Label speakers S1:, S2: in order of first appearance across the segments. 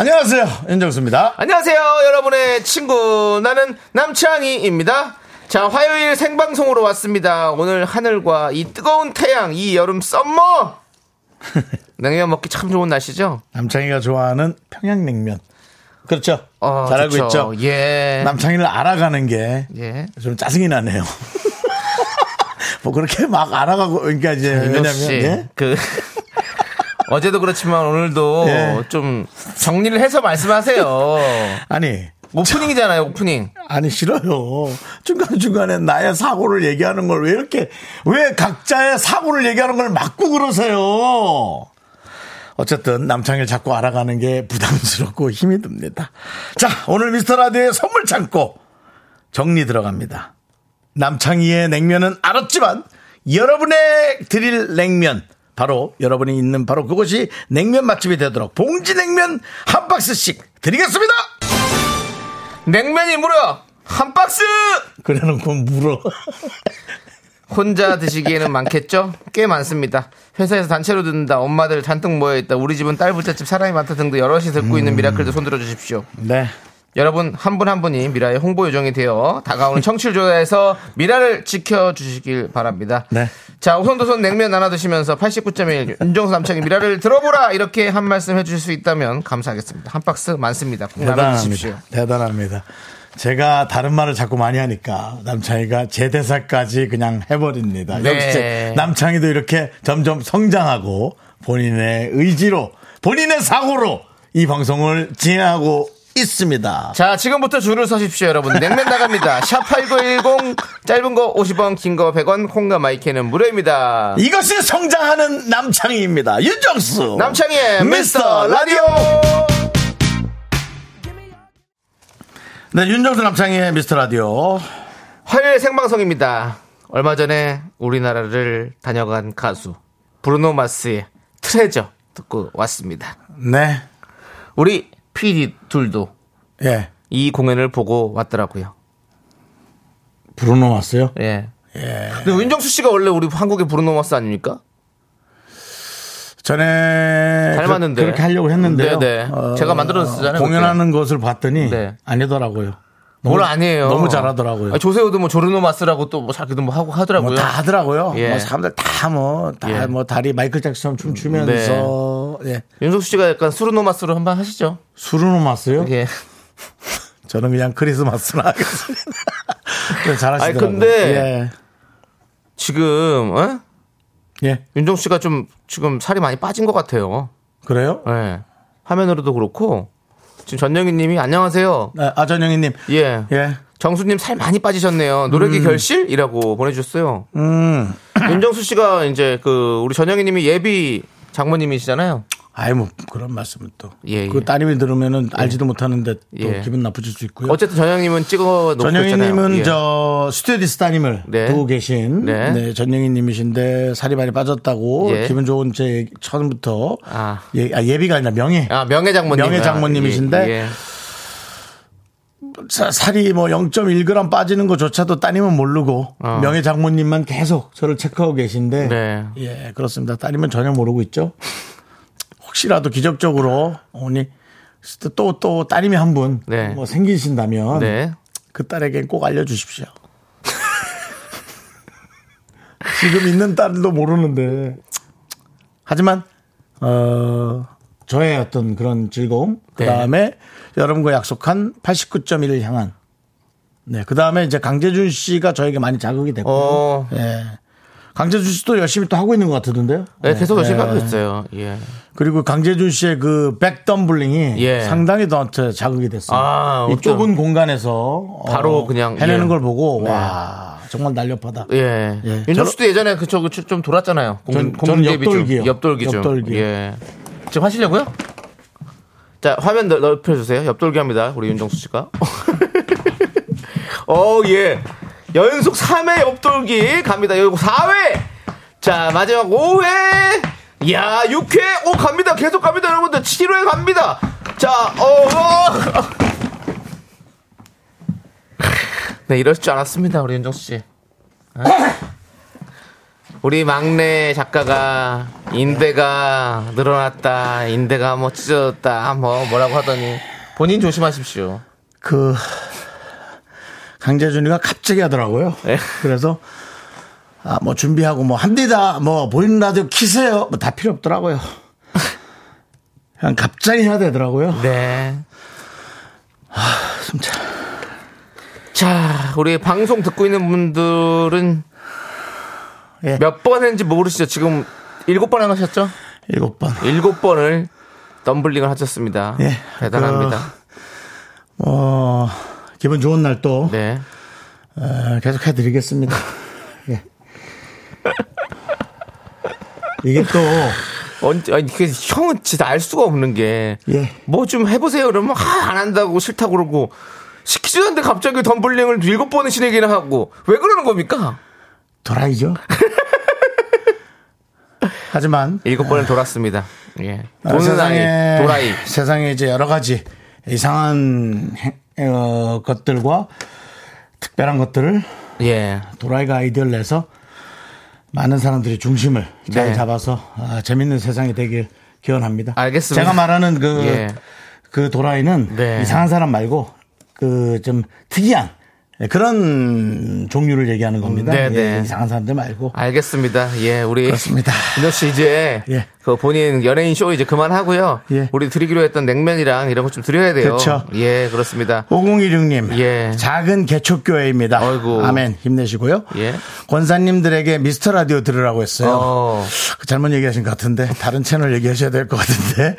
S1: 안녕하세요. 윤정수입니다.
S2: 안녕하세요, 여러분의 친구. 나는 남창희입니다. 자, 화요일 생방송으로 왔습니다. 오늘 하늘과 이 뜨거운 태양, 이 여름 썸머! 냉면 먹기 참 좋은 날씨죠?
S1: 남창희가 좋아하는 평양냉면. 그렇죠.
S2: 어,
S1: 잘 알고
S2: 좋죠.
S1: 있죠.
S2: 예.
S1: 남창희를 알아가는 게 좀
S2: 예.
S1: 짜증이 나네요. 뭐 그렇게 막 알아가고 그러니까 이제
S2: 윤정
S1: 왜냐면
S2: 씨,
S1: 예?
S2: 그 어제도 그렇지만 오늘도
S1: 예.
S2: 좀 정리를 해서 말씀하세요.
S1: 아니
S2: 오프닝이잖아요, 오프닝.
S1: 아니 싫어요. 중간 중간에 나의 사고를 얘기하는 걸 왜 이렇게 왜 각자의 사고를 얘기하는 걸 막고 그러세요? 어쨌든 남창일 자꾸 알아가는 게 부담스럽고 힘이 듭니다. 자 오늘 미스터 라디오의 선물 창고 정리 들어갑니다. 남창희의 냉면은 알았지만 여러분의 드릴 냉면 바로 여러분이 있는 바로 그곳이 냉면 맛집이 되도록 봉지 냉면 한 박스씩 드리겠습니다.
S2: 냉면이 무려 한 박스!
S1: 그래놓고 물어.
S2: 혼자 드시기에는 많겠죠? 꽤 많습니다. 회사에서 단체로 듣는다, 엄마들 잔뜩 모여있다, 우리 집은 딸 부잣집 사람이 많다 등등 여럿이 듣고 있는 미라클도 손들어 주십시오.
S1: 네.
S2: 여러분 한 분 한 분이 미라의 홍보 요정이 되어 다가오는 청취율 조사에서 미라를 지켜주시길 바랍니다.
S1: 네.
S2: 자 우선도선 냉면 나눠 드시면서 89.1 윤정수 남창의 미라를 들어보라 이렇게 한 말씀 해주실 수 있다면 감사하겠습니다. 한 박스 많습니다. 꼭 나눠 드십시오.
S1: 대단합니다. 대단합니다. 제가 다른 말을 자꾸 많이 하니까 남창희가 제 대사까지 그냥 해버립니다.
S2: 네.
S1: 역시 남창희도 이렇게 점점 성장하고 본인의 의지로 본인의 사고로 이 방송을 진행하고 있습니다.
S2: 자 지금부터 줄을 서십시오 여러분 냉면 나갑니다. 샵8910 짧은 거 50원 긴 거 100원 콩과 마이크는 무료입니다.
S1: 이것이 성장하는 남창희입니다. 윤정수
S2: 남창희의 미스터 라디오
S1: 네, 윤정수 남창희의 미스터 라디오
S2: 화요일 생방송입니다. 얼마 전에 우리나라를 다녀간 가수 브루노 마스의 트레저 듣고 왔습니다.
S1: 네,
S2: 우리 PD 둘도
S1: 예,
S2: 이 공연을 보고 왔더라고요.
S1: 브루노 왔어요.
S2: 예. 근데 윤정수 씨가 원래 우리 한국의 브루노 마스 아닙니까?
S1: 전에
S2: 닮았는데.
S1: 그, 렇게 하려고 했는데요. 어,
S2: 네, 네. 제가 만들었었잖아요,
S1: 공연하는 것을 봤더니
S2: 네.
S1: 아니더라고요. 너무-
S2: 뭘 아니에요.
S1: 너무 잘하더라고요.
S2: 아니, 조세호도 뭐 조르노 마스라고 또 뭐 자기도 뭐 하고 하더라고요.
S1: 뭐 다 하더라고요.
S2: 예.
S1: 뭐 사람들 다 뭐 다
S2: 예. 네.
S1: 뭐 다리 마이클 잭처럼 춤추면서 예.
S2: 윤정수 씨가 약간 수르노 마스로 한번 하시죠.
S1: 술은 마스요?
S2: 예.
S1: 저는 그냥 크리스마스나 하겠습니다. 네, 잘하시더라고요.
S2: 아니, 근데- 지금 어?
S1: 예. 예.
S2: 윤정수 씨가 좀 지금 살이 많이 빠진 것 같아요.
S1: 그래요?
S2: 예. 화면으로도 그렇고 지금 전영희 님이 안녕하세요.
S1: 아, 아전영희 님.
S2: 예.
S1: 예.
S2: 정수 님 살 많이 빠지셨네요. 노력의 결실이라고 보내 주셨어요.
S1: 음.
S2: 윤정수 씨가 이제 그 우리 전영희 님이 예비 장모님이시잖아요.
S1: 아이 뭐 그런 말씀은 또.
S2: 예, 예.
S1: 그 따님이 들으면은 알지도 못하는데 또
S2: 예.
S1: 기분 나쁘실 수 있고요.
S2: 어쨌든 전영희 님은 찍어 놓고 있잖아요.
S1: 전영희님은
S2: 예.
S1: 저 스튜디스 따님을
S2: 네.
S1: 두고 계신
S2: 네.
S1: 네. 전영희님이신데 살이 많이 빠졌다고
S2: 예.
S1: 기분 좋은 제 얘기- 처음부터
S2: 아.
S1: 예, 아, 예비가 아니라 명예
S2: 아, 명예 장모님.
S1: 명예 장모님이신데
S2: 아, 예, 예.
S1: 사- 살이 뭐 0.1g 빠지는 것조차도 따님은 모르고
S2: 어.
S1: 명예 장모님만 계속 저를 체크하고 계신데
S2: 네.
S1: 예 그렇습니다 따님은 전혀 모르고 있죠 혹시라도 기적적으로 오니 또 또 따님이 한 분 뭐
S2: 네.
S1: 생기신다면
S2: 네.
S1: 그 딸에겐 꼭 알려주십시오. 지금 있는 딸도 모르는데. 하지만, 어, 저의 어떤 그런 즐거움, 그 다음에 여러분과 약속한 89.1을 향한, 네, 그 다음에 이제 강재준 씨가 저에게 많이 자극이 됐고,
S2: 어.
S1: 예. 강재준 씨도 열심히 또 하고 있는 것 같던데요?
S2: 네, 계속 열심히
S1: 예.
S2: 하고 있어요. 예.
S1: 그리고 강재준 씨의 그 백덤블링이
S2: 예.
S1: 상당히 저한테 자극이 됐어요.
S2: 아,
S1: 이
S2: 어쩜.
S1: 좁은 공간에서 어,
S2: 바로 그냥,
S1: 해내는
S2: 예.
S1: 걸 보고 와 정말 날렵하다.
S2: 예.
S1: 예.
S2: 윤정수 씨도 예전에 그쪽 그쪽 좀 돌았잖아요.
S1: 전-
S2: 공중
S1: 저는
S2: 공중 예비 좀.
S1: 옆돌기요.
S2: 옆돌기 좀.
S1: 옆돌기.
S2: 예. 지금 하시려고요? 자, 자, 화면 넓- 넓혀주세요. 옆돌기 합니다. 우리 윤정수 씨가. 어, 예. 연속 3회 옆돌기 갑니다. 여기 4회! 자, 마지막 5회! 야, 6회! 오, 갑니다. 계속 갑니다, 여러분들. 7회 갑니다. 자, 어, 어. 네, 이럴 줄 알았습니다. 우리 윤정수 씨. 아. 우리 막내 작가가 인대가 늘어났다, 인대가 뭐 찢어졌다, 뭐 뭐라고 하더니 본인 조심하십시오.
S1: 그 강재준이가 갑자기 하더라고요.
S2: 예.
S1: 그래서 아, 뭐 준비하고 뭐 합니다. 뭐 보이는 라디오 키세요. 뭐 다 필요 없더라고요. 그냥 갑자기 해야 되더라고요.
S2: 네.
S1: 숨차.
S2: 자, 우리 방송 듣고 있는 분들은
S1: 예.
S2: 몇 번 했는지 모르시죠? 지금 일곱 번 하셨죠?
S1: 일곱 번.
S2: 일곱 번을 덤블링을 하셨습니다.
S1: 예.
S2: 대단합니다.
S1: 어, 기분 좋은 날 또
S2: 네.
S1: 아, 계속 해드리겠습니다. 예. 이게 또
S2: 언제, 아니, 그 형은 진짜 알 수가 없는 게.
S1: 예.
S2: 뭐 좀 해보세요. 그러면, 하, 안 한다고 싫다고 그러고. 시키지도 않는데 갑자기 덤블링을 일곱 번을 신에게나 하고. 왜 그러는 겁니까?
S1: 도라이죠. 하지만
S2: 일곱 번을 돌았습니다. 예.
S1: 아,
S2: 도는 아이, 도라이.
S1: 세상에 이제 여러 가지 이상한 행- 어, 것들과 특별한 것들을
S2: 예.
S1: 도라이가 아이디어를 내서 많은 사람들이 중심을 잘
S2: 네.
S1: 잡아서 아, 재밌는 세상이 되길 기원합니다.
S2: 알겠습니다.
S1: 제가 말하는 그,
S2: 예.
S1: 그 도라이는
S2: 네.
S1: 이상한 사람 말고 그 좀 특이한 예, 그런 종류를 얘기하는 겁니다.
S2: 네, 네.
S1: 예, 이상한 사람들 말고.
S2: 알겠습니다. 예, 우리.
S1: 그렇습니다.
S2: 민호 씨 이제
S1: 예.
S2: 그 본인 연예인 쇼 이제 그만하고요.
S1: 예. 그렇죠.
S2: 우리 드리기로 했던 냉면이랑 이런 거 좀 드려야 돼요.
S1: 그쵸.
S2: 예, 그렇습니다.
S1: 5016님.
S2: 예.
S1: 작은 개척교회입니다.
S2: 아이고.
S1: 아멘. 힘내시고요.
S2: 예.
S1: 권사님들에게 미스터 라디오 들으라고 했어요.
S2: 어.
S1: 그 잘못 얘기하신 것 같은데 다른 채널 얘기하셔야 될 것 같은데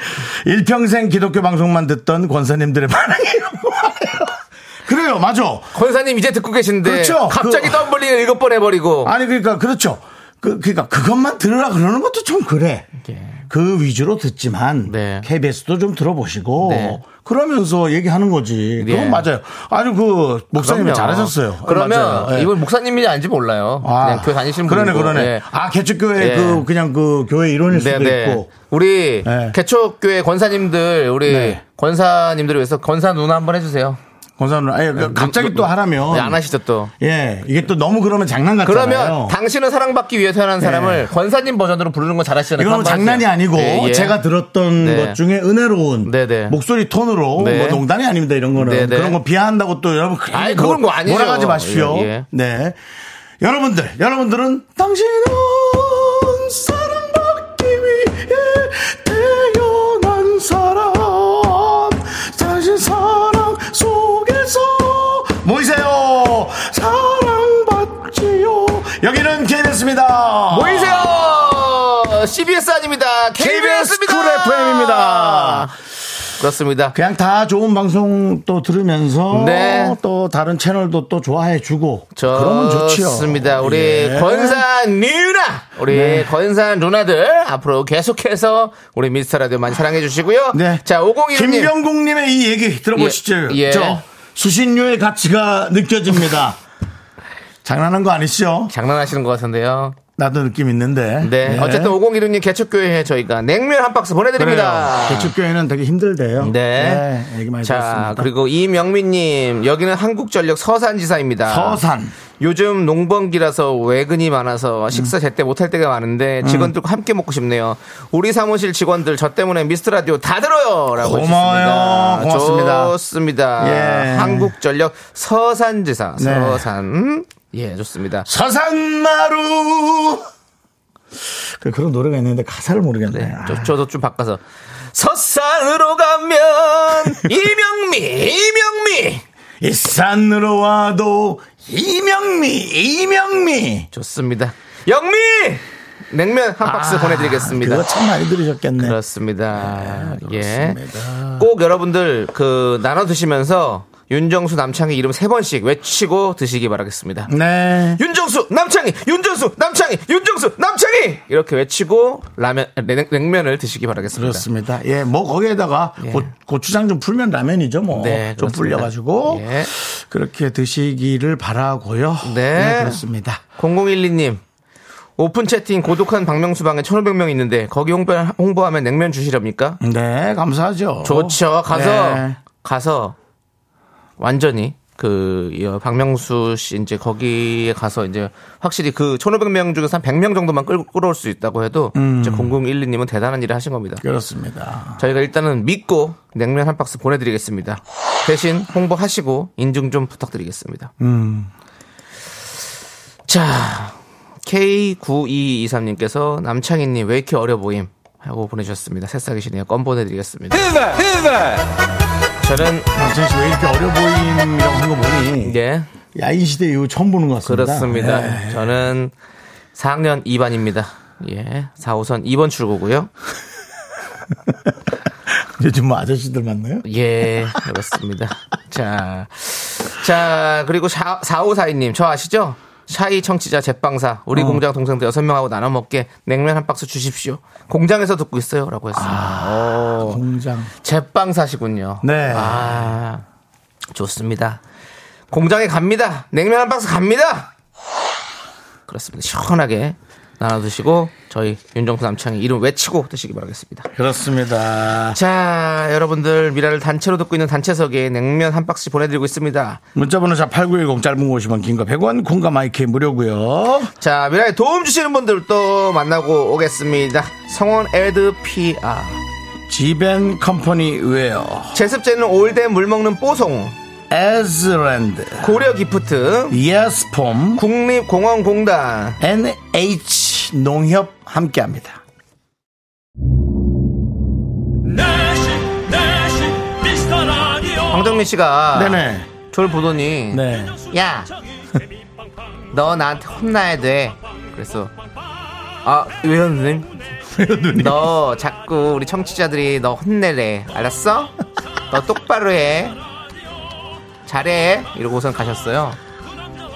S1: 일평생 기독교 방송만 듣던 권사님들의 반응이 뭐예요? 그래요, 맞아.
S2: 권사님 이제 듣고 계신데
S1: 그렇죠.
S2: 갑자기
S1: 그-
S2: 덤블링을 일곱 번 해버리고
S1: 아니 그러니까 그렇죠. 그 그러니까 그것만 들으라 그러는 것도 좀 그래.
S2: 예.
S1: 그 위주로 듣지만
S2: 네.
S1: KBS도 좀 들어보시고
S2: 네.
S1: 그러면서 얘기하는 거지.
S2: 예.
S1: 그건 맞아요. 아니 그 목사님
S2: 그럼요.
S1: 잘하셨어요.
S2: 그러면
S1: 맞아요. 예.
S2: 이분 목사님이 아닌지 몰라요. 그냥 교회 다니시는 분.
S1: 그러네 그러네. 아 개척교회
S2: 예. 네,
S1: 그 그냥 그 교회 일원일 수도 있고.
S2: 우리
S1: 예.
S2: 개척교회 권사님들, 우리
S1: 네.
S2: 권사님들을 위해서 권사 누나 한번 해주세요.
S1: 권사는 아니 그 갑자기 또 하라면
S2: 뭐, 네, 안 하시죠 또.
S1: 예, 이게 또 너무 그러면 장난 같잖아요. 예.
S2: 그러면 당신은 사랑받기 위해 태어난 사람을 권사님 버전으로 부르는 건 잘하시잖아요.
S1: 이건 뭐
S2: 그거 한번
S1: 장난이
S2: 하세요.
S1: 아니고
S2: 예, 예.
S1: 제가 들었던
S2: 네.
S1: 것 중에 은혜로운
S2: 네, 네.
S1: 목소리 톤으로
S2: 네.
S1: 뭐 농담이 아닙니다. 이런 거는
S2: 네, 네.
S1: 그런 거 비하한다고 또 여러분 괜히
S2: 아니, 그건 뭐 아니에요.
S1: 뭐라 하지 마십시오.
S2: 예, 예.
S1: 네, 여러분들 여러분들은 당신은 사랑받기 위해 태어난 사람 당신 사랑 속에서 모이세요 사랑받지요 여기는 KBS입니다
S2: 모이세요. CBS 아닙니다. KBS입니다.
S1: 쿨 FM입니다.
S2: 그렇습니다.
S1: 그냥 다 좋은 방송 또 들으면서
S2: 네.
S1: 또 다른 채널도 또 좋아해 주고 그러면 좋지요.
S2: 좋습니다. 우리
S1: 예. 네.
S2: 권사 누나, 우리 권사 누나들 앞으로 계속해서 우리 미스터 라디오 많이 사랑해 주시고요.
S1: 네.
S2: 자, 501님.
S1: 김병국님의 이 얘기 들어보시죠.
S2: 예. 예.
S1: 저 수신료의 가치가 느껴집니다. 장난한 거 아니시죠?
S2: 장난하시는 것 같은데요.
S1: 나도 느낌 있는데.
S2: 네.
S1: 예.
S2: 어쨌든 501님님 개척교회에 저희가 냉면 한 박스 보내드립니다.
S1: 그래요. 개척교회는 되게 힘들대요.
S2: 네.
S1: 네, 얘기 많이
S2: 자,
S1: 들었습니다.
S2: 그리고 이명민님, 여기는 한국전력 서산지사입니다.
S1: 서산.
S2: 요즘 농번기라서 외근이 많아서
S1: 음.
S2: 식사 제때 못할 때가 많은데 직원들과 함께 먹고 싶네요. 우리 사무실 직원들 저 때문에 미스터 라디오 다 들어요라고
S1: 고마워요.
S2: 해주셨습니다.
S1: 고맙습니다.
S2: 좋습니다.
S1: 예.
S2: 한국전력 서산지사
S1: 네.
S2: 서산 예 좋습니다.
S1: 서산마루. 그, 그런 노래가 있는데 가사를 모르겠네.
S2: 네,
S1: 요
S2: 저, 저도 좀 바꿔서 서산으로 가면 이명미 이명미
S1: 이 산으로 와도 이명미 이명미
S2: 좋습니다. 영미 냉면 한 박스 보내드리겠습니다.
S1: 그거 참 많이 들으셨겠네
S2: 그렇습니다. 예.
S1: 그렇습니다.
S2: 꼭 여러분들 그 나눠 드시면서 윤정수 남창희 이름 세 번씩 외치고 드시기 바라겠습니다.
S1: 네.
S2: 윤정수 남창희 윤정수 남창희 윤정수 남창희 이렇게 외치고 라면 아, 냉, 냉면을 드시기 바라겠습니다.
S1: 그렇습니다. 예, 뭐 거기에다가
S2: 예.
S1: 고, 추장좀 풀면 라면이죠, 뭐.
S2: 네,
S1: 좀
S2: 그렇습니다.
S1: 풀려가지고
S2: 예.
S1: 그렇게 드시기를 바라고요.
S2: 네.
S1: 그렇습니다.
S2: 0012님 오픈 채팅 고독한 박명수 방에 1,500명 있는데 거기 홍보, 홍보하면 냉면 주시렵니까?
S1: 네, 감사하죠.
S2: 좋죠. 가서
S1: 네.
S2: 가서 완전히 그이 박명수 씨 이제 거기에 가서 이제 확실히 그 1,500명 중에서 한 100명 정도만 끌, 끌어올 수 있다고 해도 이제 0012님은 대단한 일을 하신 겁니다.
S1: 그렇습니다.
S2: 저희가 일단은 믿고 냉면 한 박스 보내드리겠습니다. 대신 홍보하시고 인증 좀 부탁드리겠습니다. 자, K9223님께서 남창희님 왜 이렇게 어려 보임? 하고 보내주셨습니다. 새싹이시네요. 껌 보내드리겠습니다. 저는,
S1: 남창 씨왜 이렇게 어려 보이라고 한 거 보니
S2: 예,
S1: 야인 시대 이후 처음 보는 것 같습니다.
S2: 그렇습니다.
S1: 예.
S2: 저는 4학년 2반입니다. 예, 4호선 2번 출구고요.
S1: 요즘 뭐 아저씨들 만나요?
S2: 예, 그렇습니다. 자, 자, 그리고 4542님, 저 아시죠? 샤이 청취자 제빵사, 우리 공장 동생들 여섯 명하고 나눠 먹게 냉면 한 박스 주십시오. 공장에서 듣고 있어요. 라고 했습니다. 오,
S1: 공장.
S2: 제빵사시군요.
S1: 네.
S2: 아, 좋습니다. 공장에 갑니다. 냉면 한 박스 갑니다. 그렇습니다. 시원하게 나눠 드시고, 저희 윤정수 남창이 이름 외치고 드시기 바라겠습니다.
S1: 그렇습니다.
S2: 자, 여러분들 미라를 단체로 듣고 있는 단체석에 냉면 한 박스 보내드리고 있습니다.
S1: 문자번호 자 8910 짧은 거 50원 긴거 100원 공감 마이크 무료고요.
S2: 자, 미라에 도움 주시는 분들 또 만나고 오겠습니다. 성원 에드 피아.
S1: 지벤 컴퍼니 웨어
S2: 제습제는 올덴 물 먹는 뽀송.
S1: 에즈랜드
S2: 고려 기프트.
S1: 예스폼
S2: 국립공원공단.
S1: NH 농협 함께합니다.
S3: 내시 내시 미스터 라디오
S2: 황정민 씨가
S1: 네네.
S2: 저를 보더니
S1: 네.
S2: 야, 너 나한테 혼나야 돼. 그래서 아, 왜요, 선생님? 너 자꾸 우리 청취자들이 너 혼내래. 알았어? 너 똑바로 해. 잘해. 이러고 우선 가셨어요.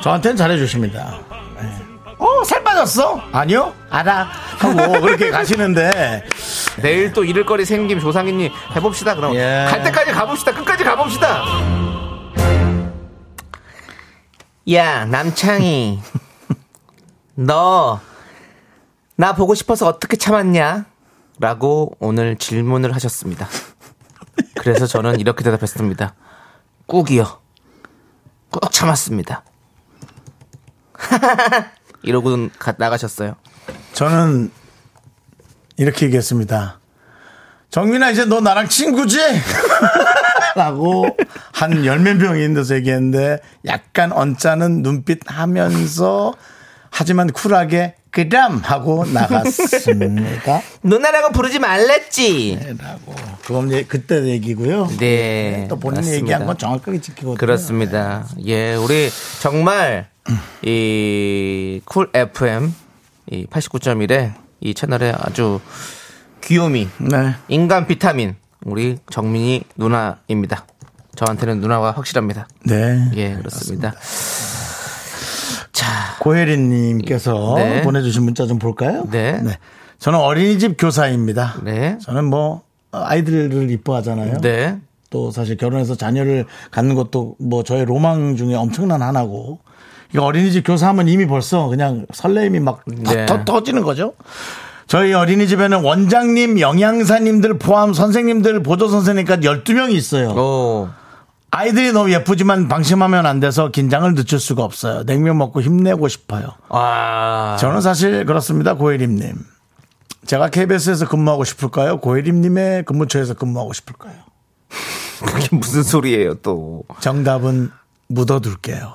S1: 저한테는 잘해주십니다. 네. 어, 살 빠졌어? 아니요? 알아. 하고 그렇게 가시는데.
S2: 내일 또 잃을 거리 생김 조상이님 해봅시다. 그럼
S1: 예.
S2: 갈 때까지 가봅시다. 끝까지 가봅시다. 야 남창희, 너 나 보고 싶어서 어떻게 참았냐? 라고 오늘 질문을 하셨습니다. 그래서 저는 이렇게 대답했습니다. 꾹이요. 꾹 참았습니다. 이러고 가- 나가셨어요.
S1: 저는 이렇게 얘기했습니다. 정민아, 이제 너 나랑 친구지? 라고 한 열몇 명이 있는데서 얘기했는데 약간 언짢은 눈빛 하면서 하지만 쿨하게 그럼 하고 나갔습니다.
S2: 누나라고 부르지 말랬지.
S1: 네, 라고. 그건 이제 그때 얘기고요.
S2: 네.
S1: 또 본인이
S2: 맞습니다.
S1: 얘기한 건 정확하게 지키거든요. 네.
S2: 그렇습니다. 예, 우리 정말 이 쿨 FM 이 89.1에 이 채널에 아주 귀요미
S1: 네.
S2: 인간 비타민 우리 정민이 누나입니다. 저한테는 누나가 확실합니다.
S1: 네.
S2: 예, 그렇습니다. 자,
S1: 고혜린님께서
S2: 네.
S1: 보내주신 문자 좀 볼까요?
S2: 네.
S1: 저는 어린이집 교사입니다.
S2: 네.
S1: 저는 뭐 아이들을 이뻐하잖아요.
S2: 네.
S1: 또 사실 결혼해서 자녀를 갖는 것도 뭐 저의 로망 중에 엄청난 하나고. 이 어린이집 교사하면 이미 벌써 그냥 설레임이 막
S2: 네.
S1: 터- 터- 터지는 거죠. 저희 어린이집에는 원장님, 영양사님들 포함 선생님들, 보조선생님까지 12명이 있어요.
S2: 오.
S1: 아이들이 너무 예쁘지만 방심하면 안 돼서 긴장을 늦출 수가 없어요. 냉면 먹고 힘내고 싶어요.
S2: 아.
S1: 저는 사실 그렇습니다, 고혜림님. 제가 KBS에서 근무하고 싶을까요? 고혜림님의 근무처에서 근무하고 싶을까요?
S2: 그게 무슨 소리예요, 또.
S1: 정답은 묻어둘게요.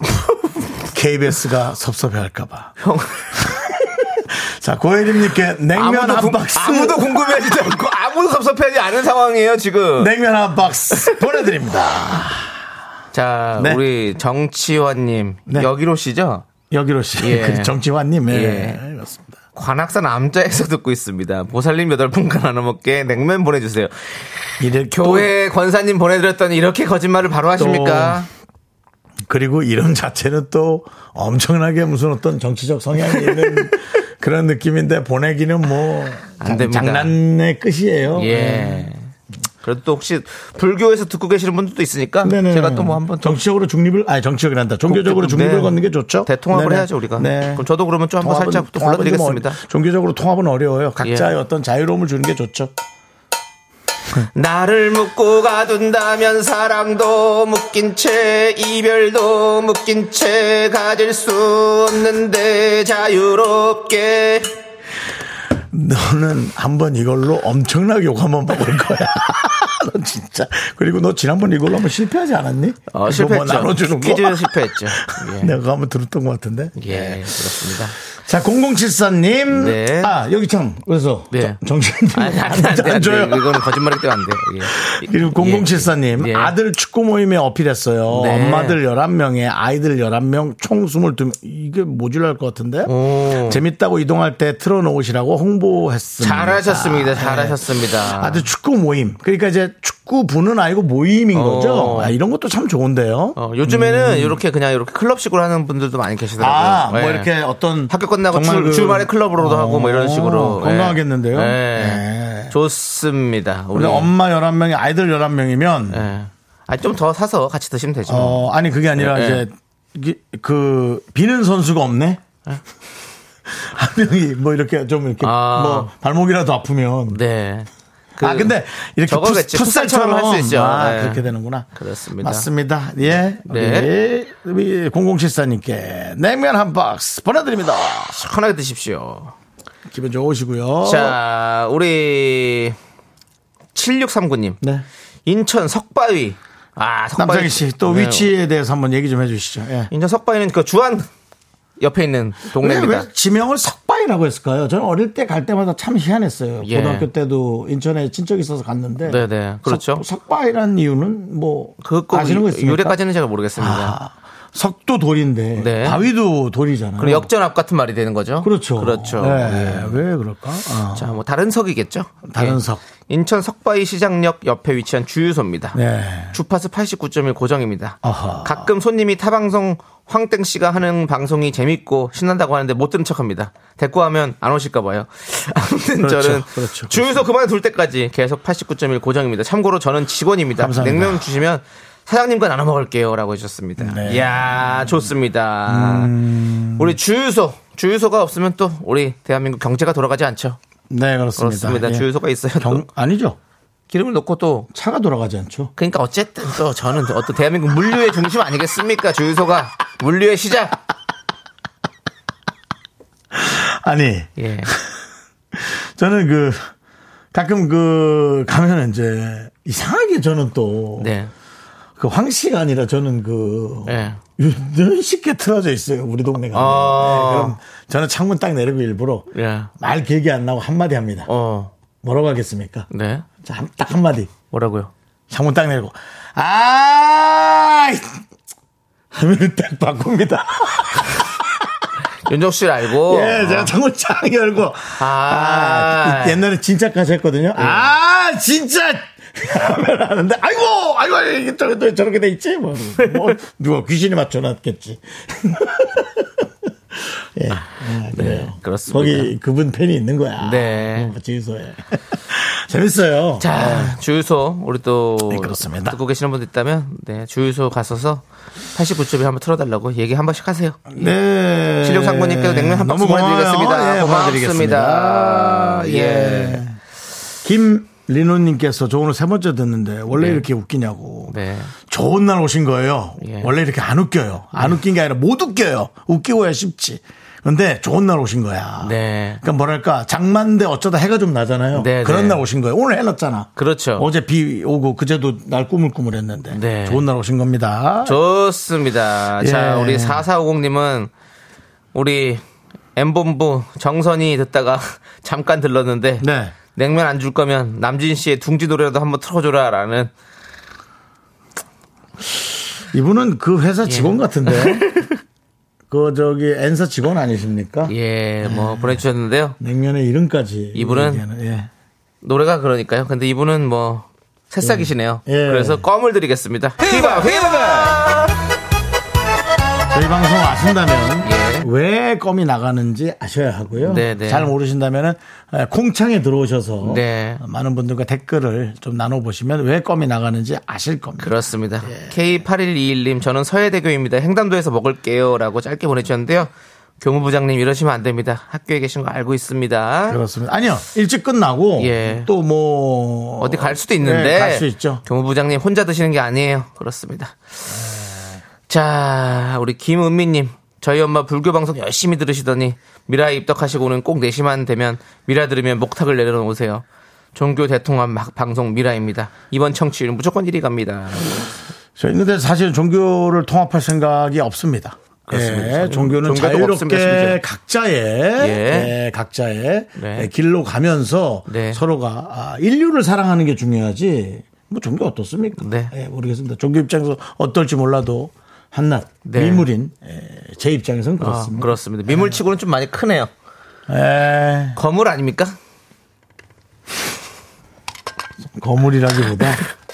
S1: KBS가 섭섭해할까봐.
S2: 형.
S1: 자, 고혜림님께 냉면
S2: 아무도,
S1: 한
S2: 궁,
S1: 박스.
S2: 아무도 궁금해하지 않고 아무도 섭섭해하지 않은 상황이에요, 지금.
S1: 냉면 한 박스 보내드립니다.
S2: 자,
S1: 네.
S2: 우리 정치환님
S1: 네.
S2: 여기로 시죠?
S1: 여기로 씨.
S2: 예.
S1: 정치환님. 예.
S2: 예.
S1: 그렇습니다.
S2: 관악산 암자에서 듣고 있습니다. 보살님 8분간 나눠먹게 냉면 보내주세요.
S1: 이렇게
S2: 교회 권사님 보내드렸더니 이렇게 거짓말을 바로 하십니까?
S1: 그리고 이런 자체는 또 엄청나게 무슨 어떤 정치적 성향이 있는 그런 느낌인데 보내기는 뭐
S2: 안
S1: 장-
S2: 됩니다.
S1: 장난의 끝이에요.
S2: 예. 그래도 또 혹시 불교에서 듣고 계시는 분들도 있으니까
S1: 네네.
S2: 제가 또 뭐 한번 더
S1: 정치적으로 중립을 아니 정치적이란다. 종교적으로
S2: 네.
S1: 중립을 걷는 게 좋죠.
S2: 대통합을
S1: 네네.
S2: 해야죠 우리가.
S1: 네.
S2: 그럼 저도 그러면 좀 한번
S1: 통합은-
S2: 살짝 또
S1: 통합은 좀
S2: 불러드리겠습니다. 예.
S1: 어려- 종교적으로 통합은 어려워요. 각자의 어떤 자유로움을 주는 게 좋죠.
S2: 나를 묶고 가둔다면 사랑도 묶인 채 이별도 묶인 채 가질 수 없는데 자유롭게
S1: 너는 한번 이걸로 엄청나게 욕 한번 먹을 거야. 너 진짜. 그리고 너 지난번 이걸로 한번 실패하지 않았니?
S2: 어,
S1: 그거 뭐
S2: 실패했죠.
S1: 나눠주는 거.
S2: 퀴즈 실패했죠. 예.
S1: 내가 한번 들었던 것 같은데.
S2: 예, 그렇습니다.
S1: 자, 0074님.
S2: 네.
S1: 아, 여기 참. 그래서
S2: 네.
S1: 정신님
S2: 아니, 안, 돼, 안, 돼,
S1: 안
S2: 안 돼.
S1: 줘요.
S2: 이거는 거짓말이기 때문에 안 돼. 예.
S1: 그리고 0074님
S2: 예.
S1: 아들 축구 모임에 어필했어요.
S2: 네.
S1: 엄마들 11명에 아이들 11명 총 22명 이게 모질랄 것 같은데
S2: 오.
S1: 재밌다고 이동할 때 틀어놓으시라고 홍보했습니다.
S2: 잘하셨습니다. 잘하셨습니다.
S1: 아, 네. 아들 축구 모임 그러니까 이제 축구부는 아니고 모임인 거죠.
S2: 어.
S1: 아, 이런 것도 참 좋은데요.
S2: 어, 요즘에는 이렇게 그냥 이렇게 클럽식으로 하는 분들도 많이 계시더라고요.
S1: 음. 아, 뭐
S2: 예.
S1: 이렇게 어떤
S2: 학교 끝나고
S1: 정말
S2: 주,
S1: 그-
S2: 주말에 클럽으로도 하고 뭐 이런 식으로
S1: 어, 건강하겠는데요.
S2: 예.
S1: 예.
S2: 예. 좋습니다. 우리
S1: 우리 엄마 11명이 아이들 11명이면
S2: 예. 아, 좀 더 사서 같이 드시면 되죠.
S1: 어, 아니 그게 아니라
S2: 예,
S1: 이제 기- 그 비는 선수가 없네. 한 명이 뭐 이렇게 좀 이렇게
S2: 예. 아.
S1: 뭐 발목이라도 아프면
S2: 네. 그-
S1: 아 근데 이렇게
S2: 저거겠지.
S1: 풋, 살처럼
S2: 풋살처럼 할수 있죠.
S1: 아,
S2: 네.
S1: 그렇게 되는구나.
S2: 그렇습니다.
S1: 맞습니다. 예.
S2: 네.
S1: 우리 0074님께 냉면 한 박스 보내드립니다.
S2: 시원하게 드십시오.
S1: 기분 좋으시고요.
S2: 자, 우리 7639님.
S1: 네.
S2: 인천 석바위. 아, 석바위.
S1: 남창희 씨 또
S2: 네.
S1: 위치에 대해서 한번 얘기 좀 해주시죠. 예.
S2: 인천 석바위는 그 주안 옆에 있는
S1: 왜,
S2: 동네입니다.
S1: 왜 지명을 석바위라고 했을까요? 저는 어릴 때 갈 때마다 참 희한했어요.
S2: 예.
S1: 고등학교 때도 인천에 친척이 있어서 갔는데.
S2: 네네, 그렇죠.
S1: 석, 바위라는 이유는 뭐
S2: 그거
S1: 아시는 거 있습니까?
S2: 유래까지는 제가 모르겠습니다.
S1: 아, 석도 돌인데
S2: 네.
S1: 바위도 돌이잖아요.
S2: 그럼 역전압 같은 말이 되는 거죠?
S1: 그렇죠.
S2: 그렇죠.
S1: 네.
S2: 예.
S1: 왜 그럴까? 아,
S2: 자, 뭐 다른 석이겠죠?
S1: 다른
S2: 예.
S1: 석.
S2: 인천 석바위 시장역 옆에 위치한 주유소입니다.
S1: 네.
S2: 주파수 89.1 고정입니다.
S1: 아하.
S2: 가끔 손님이 타방송 황땡 씨가 하는 방송이 재밌고 신난다고 하는데 못 들은 척합니다. 대꾸하면 안 오실까 봐요. 아무튼
S1: 그렇죠,
S2: 저는
S1: 그렇죠,
S2: 주유소 그만둘 때까지 계속 89.1 고정입니다. 참고로 저는 직원입니다.
S1: 감사합니다.
S2: 냉면 주시면 사장님과 나눠 먹을게요라고 해주셨습니다.
S1: 네. 음.
S2: 이야 좋습니다. 우리 주유소 주유소가 없으면 또 우리 대한민국 경제가 돌아가지 않죠.
S1: 네, 그렇습니다.
S2: 그렇습니다.
S1: 예.
S2: 주유소가 있어야 또
S1: 경- 아니죠.
S2: 기름을 넣고 또
S1: 차가 돌아가지 않죠.
S2: 그러니까 어쨌든 또 저는 또 어떤 대한민국 물류의 중심 아니겠습니까? 주유소가 물류의 시작.
S1: 아니,
S2: 예.
S1: 저는 그 가끔 그 가면은 이제 이상하게 저는 또
S2: 네.
S1: 그 황씨가 아니라 저는 그
S2: 예.
S1: 윤 쉽게 틀어져 있어요 우리 동네가.
S2: 아.
S1: 네, 그럼 저는 창문 딱 내리고 일부러
S2: 예.
S1: 말 길게 안 나고 한 마디 합니다.
S2: 어.
S1: 뭐라고 하겠습니까?
S2: 네.
S1: 자, 한- 딱 한마디.
S2: 뭐라고요?
S1: 창문 딱 내리고 아 하면 딱 바꿉니다.
S2: 윤정 씨를 알고.
S1: 예, 제가 창문 쫙 열고 아,
S2: 아. 예.
S1: 옛날에 진짜까지 했거든요. 아 진짜 하면 하는데 아이고 아이고 아이고, 이게 저렇게 또 저렇게 돼 있지 뭐, 뭐 누가 귀신이 맞춰놨겠지. 예, 예, 그래요.
S2: 그렇습니다.
S1: 거기 그분 팬이 있는 거야.
S2: 네.
S1: 어, 주유소에 재밌어요.
S2: 자, 주유소 우리 또
S1: 아. 네, 그렇습니다.
S2: 듣고 계시는 분들 있다면 네, 주유소 가서서 89.1 한번 틀어 달라고 얘기 한 번씩 하세요.
S1: 네.
S2: 실력 상무님께도 냉면 한 박스
S1: 너무 고마워요.
S2: 보내드리겠습니다.
S1: 예,
S2: 고맙습니다.
S1: 보내드리겠습니다.
S2: 예.
S1: 김리노님께서 저 오늘 세 번째 듣는데 원래 이렇게 웃기냐고.
S2: 네.
S1: 좋은 날 오신 거예요.
S2: 예. 네.
S1: 원래 이렇게 안 웃겨요. 안 웃긴 게 아니라 못 웃겨요. 웃기고야 쉽지. 근데 좋은 날 오신 거야.
S2: 네.
S1: 그러니까 뭐랄까 장만대 어쩌다 해가 좀 나잖아요.
S2: 네,
S1: 그런
S2: 네.
S1: 날 오신 거예요. 오늘 해놨잖아.
S2: 그렇죠.
S1: 어제 비 오고 그제도 날 꾸물꾸물했는데
S2: 네.
S1: 좋은 날 오신 겁니다.
S2: 좋습니다. 자,
S1: 예.
S2: 우리 4450님은 우리 엠본부 정선이 듣다가 잠깐 들렀는데
S1: 네.
S2: 냉면 안 줄 거면 남진 씨의 둥지 노래라도 한번 틀어줘라라는 예.
S1: 이분은 그 회사 직원 같은데요. 그 저기 엔서 직원 아니십니까?
S2: 예, 뭐 보내주셨는데요.
S1: 냉면의 이름까지
S2: 이분은
S1: 얘기하는, 예.
S2: 노래가 그러니까요. 근데 이분은 뭐 새싹이시네요.
S1: 예.
S2: 그래서 껌을 드리겠습니다. 휘바 휘바.
S1: 저희 방송 아신다면
S2: 예.
S1: 왜 껌이 나가는지 아셔야 하고요.
S2: 네, 네.
S1: 잘 모르신다면 공창에 들어오셔서
S2: 네.
S1: 많은 분들과 댓글을 좀 나눠보시면 왜 껌이 나가는지 아실 겁니다.
S2: 그렇습니다. K8121님, 저는 서해대교입니다. 횡단도에서 먹을게요. 라고 짧게 보내주셨는데요. 교무부장님, 이러시면 안 됩니다. 학교에 계신 거 알고 있습니다.
S1: 그렇습니다. 아니요. 일찍 끝나고
S2: 예.
S1: 또 뭐
S2: 어디 갈 수도 있는데.
S1: 갈 수 있죠.
S2: 교무부장님 혼자 드시는 게 아니에요. 그렇습니다. 자, 우리 김은미님. 저희 엄마 불교 방송 열심히 들으시더니 미라에 입덕하시고는 꼭 4시만 되면 미라 들으면 목탁을 내려놓으세요. 종교 대통합 막 방송 미라입니다. 이번 청취율 무조건 1위 갑니다.
S1: 저희는 사실 종교를 통합할 생각이 없습니다.
S2: 그렇습니다.
S1: 예, 종교는
S2: 종교도 없음
S1: 자유롭게
S2: 말씀이죠.
S1: 각자의
S2: 예.
S1: 예, 각자의
S2: 네.
S1: 예, 길로 가면서
S2: 네.
S1: 서로가 아, 인류를 사랑하는 게 중요하지. 뭐 종교 어떻습니까?
S2: 네.
S1: 예, 모르겠습니다. 종교 입장에서 어떨지 몰라도 한낱
S2: 네.
S1: 미물인 예, 제 입장에서는
S2: 아,
S1: 그렇습니다.
S2: 그렇습니다. 미물치고는 좀 많이 크네요.
S1: 예,
S2: 거물 아닙니까?
S1: 거물이라기보다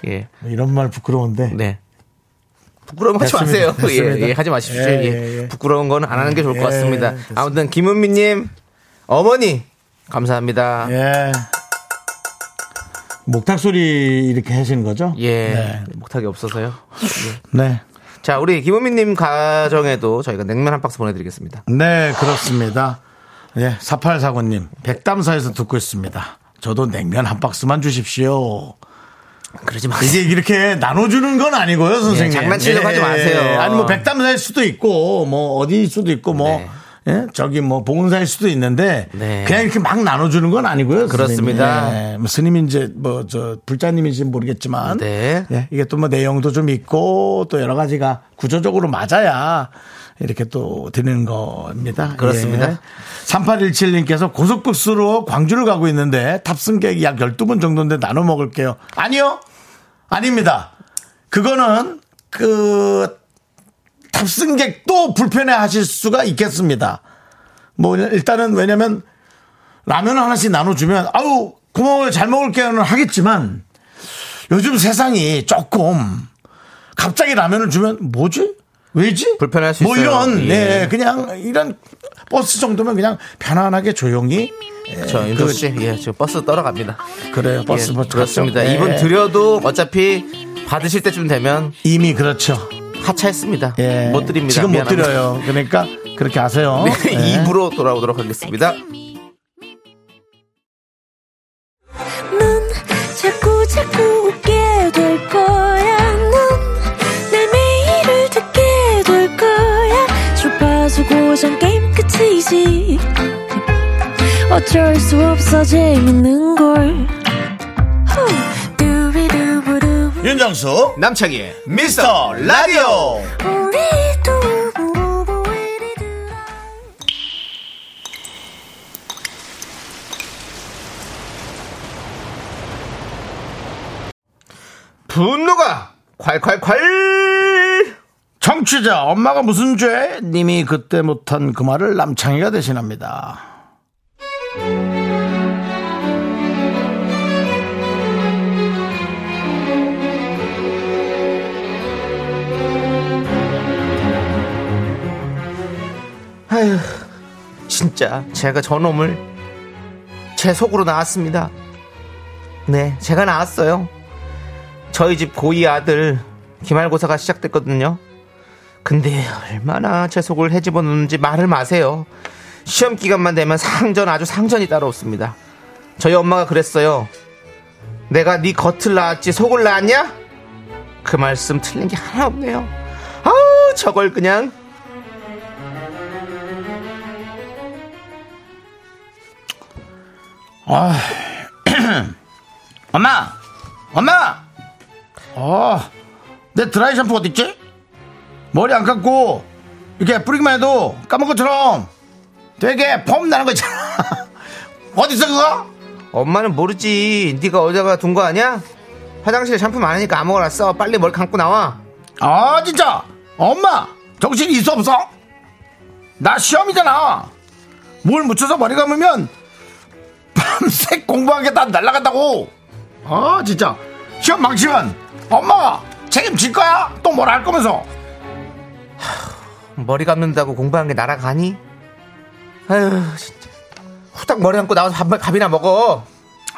S2: 예.
S1: 이런 말 부끄러운데
S2: 네. 부끄러움 하지
S1: 됐습니다.
S2: 마세요. 예,
S1: 됐습니다.
S2: 예, 하지 마십시오.
S1: 예,
S2: 예,
S1: 예, 예.
S2: 부끄러운 건 안 하는 게 좋을
S1: 예,
S2: 것 같습니다.
S1: 됐습니다.
S2: 아무튼 김은미님 어머니 감사합니다. 예,
S1: 예. 목탁 소리 이렇게 하시는 거죠?
S2: 예.
S1: 네.
S2: 목탁이 없어서요.
S1: 네.
S2: 자, 우리 김은미님 가정에도 저희가 냉면 한 박스 보내드리겠습니다.
S1: 네, 그렇습니다. 예, 4849님, 백담사에서 듣고 있습니다. 저도 냉면 한 박스만 주십시오.
S2: 그러지
S1: 이게
S2: 마세요.
S1: 이렇게 나눠주는 건 아니고요, 선생님.
S2: 예, 장난치려고 하지 마세요.
S1: 아니, 뭐, 백담사일 수도 있고, 뭐, 어디일 수도 있고, 뭐,
S2: 네.
S1: 예? 저기 뭐, 봉은사일 수도 있는데,
S2: 네.
S1: 그냥 이렇게 막 나눠주는 건 아니고요.
S2: 그렇습니다.
S1: 스님. 예, 뭐 스님인지, 뭐, 저, 불자님인지는 모르겠지만,
S2: 네.
S1: 예, 이게 또 뭐 내용도 좀 있고 또 여러 가지가 구조적으로 맞아야 이렇게 또 드리는 겁니다.
S2: 그렇습니다.
S1: 3817님께서 예. 고속버스로 광주를 가고 있는데 탑승객이 약 12분 정도인데 나눠 먹을게요. 아니요. 아닙니다. 그거는 그 탑승객도 불편해 하실 수가 있겠습니다. 뭐 일단은 왜냐면 라면 하나씩 나눠주면 아우 고마워요 잘 먹을게요는 하겠지만 요즘 세상이 조금 갑자기 라면을 주면 뭐지? 왜지?
S2: 불편할 수
S1: 뭐
S2: 있어요.
S1: 이런,
S2: 예.
S1: 네, 그냥 이런 버스 정도면 그냥 편안하게 조용히.
S2: 저 윤정 씨, 예, 지금 버스 떨어갑니다.
S1: 그래요, 네. 그 버스
S2: 예,
S1: 뭐
S2: 그렇습니다.
S1: 갔죠. 예.
S2: 이분 드려도 어차피 받으실 때쯤 되면
S1: 이미 그렇죠.
S2: 하차했습니다.
S1: 예.
S2: 못 드립니다.
S1: 지금 못
S2: 미안합니다.
S1: 드려요. 그러니까 그렇게 하세요. 예.
S2: 네, 2부로 돌아오도록 하겠습니다.
S4: 넌 자꾸 자꾸 웃게 될 거야. 넌내 매일을 듣게 될 거야. 주파수 고정 게임 끝이지. 어쩔 수 없어 재밌는 걸. 후. 두비두부두.
S1: 윤정수,
S2: 남창희의
S1: 어? 미스터 라디오.
S4: 우리 두부부부 우리 두부부.
S2: 분노가 콸콸콸
S1: 정취자, 엄마가 무슨 죄? 님이 그때 못한 그 말을 남창희가 대신합니다.
S2: 아휴 진짜 제가 저놈을 제 속으로 낳았습니다 네 제가 낳았어요 저희 집 고2 아들 기말고사가 시작됐거든요 근데 얼마나 제 속을 헤집어 놓는지 말을 마세요 시험 기간만 되면 상전 아주 상전이 따라옵습니다 저희 엄마가 그랬어요 내가 네 겉을 낳았지 속을 낳았냐? 그 말씀 틀린 게 하나 없네요 아우 저걸 그냥
S1: 아, 엄마! 엄마! 아, 내 드라이 샴푸 어딨지? 머리 안 감고, 이렇게 뿌리기만 해도 까먹은 것처럼 되게 폼 나는 거 있잖아. 어딨어, 그거?
S2: 엄마는 모르지. 네가 어디다가 둔 거 아니야? 화장실에 샴푸 많으니까 아무거나 써. 빨리 머리 감고 나와.
S1: 아, 진짜! 엄마! 정신 있어, 없어?
S2: 나 시험이잖아. 뭘 묻혀서 머리 감으면 밤새 공부하게 다 날라간다고. 아 진짜 시험 망치면 엄마가 책임질 거야. 또 뭘 할 거면서. 머리 감는다고 공부한 게 날아가니? 아휴 진짜 후딱 머리 감고 나와서 밥, 밥이나 먹어.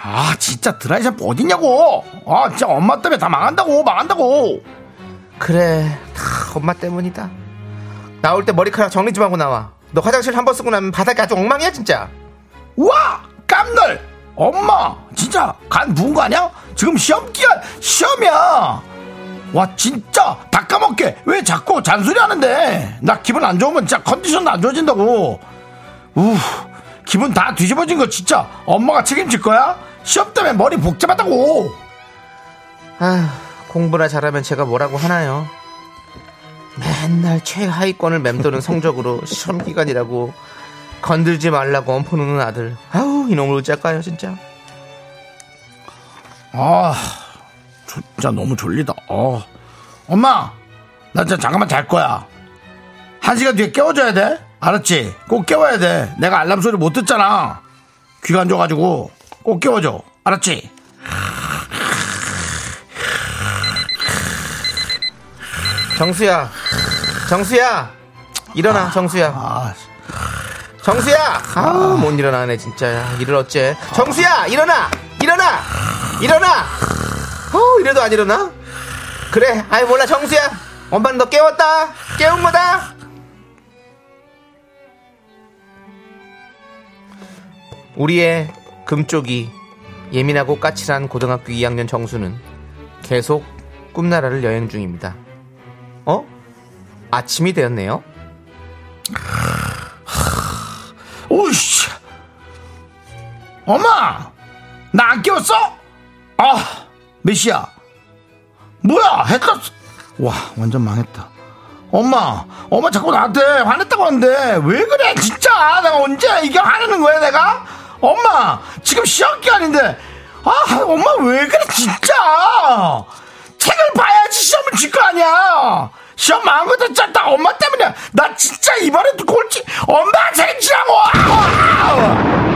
S2: 아 진짜 드라이 샴푸 어딨냐고 아 진짜 엄마 때문에 다 망한다고 망한다고 그래 다 엄마 때문이다 나올 때 머리카락 정리 좀 하고 나와 너 화장실 한 번 쓰고 나면 바닥이 아주 엉망이야 진짜 우와 깜놀 엄마 진짜 간 부은 거 아니야? 지금 시험 기간 시험이야 와 진짜 다 까먹게 왜 자꾸 잔소리 하는데 나 기분 안 좋으면 진짜 컨디션도 안 좋아진다고 우 기분 다 뒤집어진 거 진짜 엄마가 책임질 거야? 시험 때문에 머리 복잡하다고 아 공부나 잘하면 제가 뭐라고 하나요 맨날 최하위권을 맴도는 성적으로 시험 기간이라고 건들지 말라고 엄포누는 아들 아우 이놈을 어쩔까요 진짜 아 진짜 너무 졸리다 아. 엄마 나 진짜 잠깐만 잘 거야 한 시간 뒤에 깨워줘야 돼. 알았지? 꼭 깨워야 돼. 내가 알람 소리 못 듣잖아. 귀가 안 좋아가지고 꼭 깨워줘. 알았지? 정수야, 정수야, 일어나, 정수야. 정수야, 아우 못 일어나네 진짜. 야, 일을 어째? 정수야, 일어나, 일어나, 일어나. 어, 이래도 안 일어나? 그래, 아이 몰라, 정수야. 엄마는 너 깨웠다. 깨운 거다. 우리의 금쪽이 예민하고 까칠한 고등학교 2학년 정수는 계속 꿈나라를 여행 중입니다. 어? 아침이 되었네요. 오이씨. 엄마! 나 안 깨웠어? 아, 몇 시야? 뭐야, 했떴 와, 완전 망했다. 엄마, 엄마 자꾸 나한테 화냈다고 하는데 왜 그래 진짜 내가 언제 이게 화내는 거야 내가 엄마 지금 시험 기간인데 아 엄마 왜 그래 진짜 책을 봐야지 시험을 질 거 아니야 시험 망한 것도 진짜 다 엄마 때문이야 나 진짜 이번에도 꼴찌 엄마 책임지라고 아우!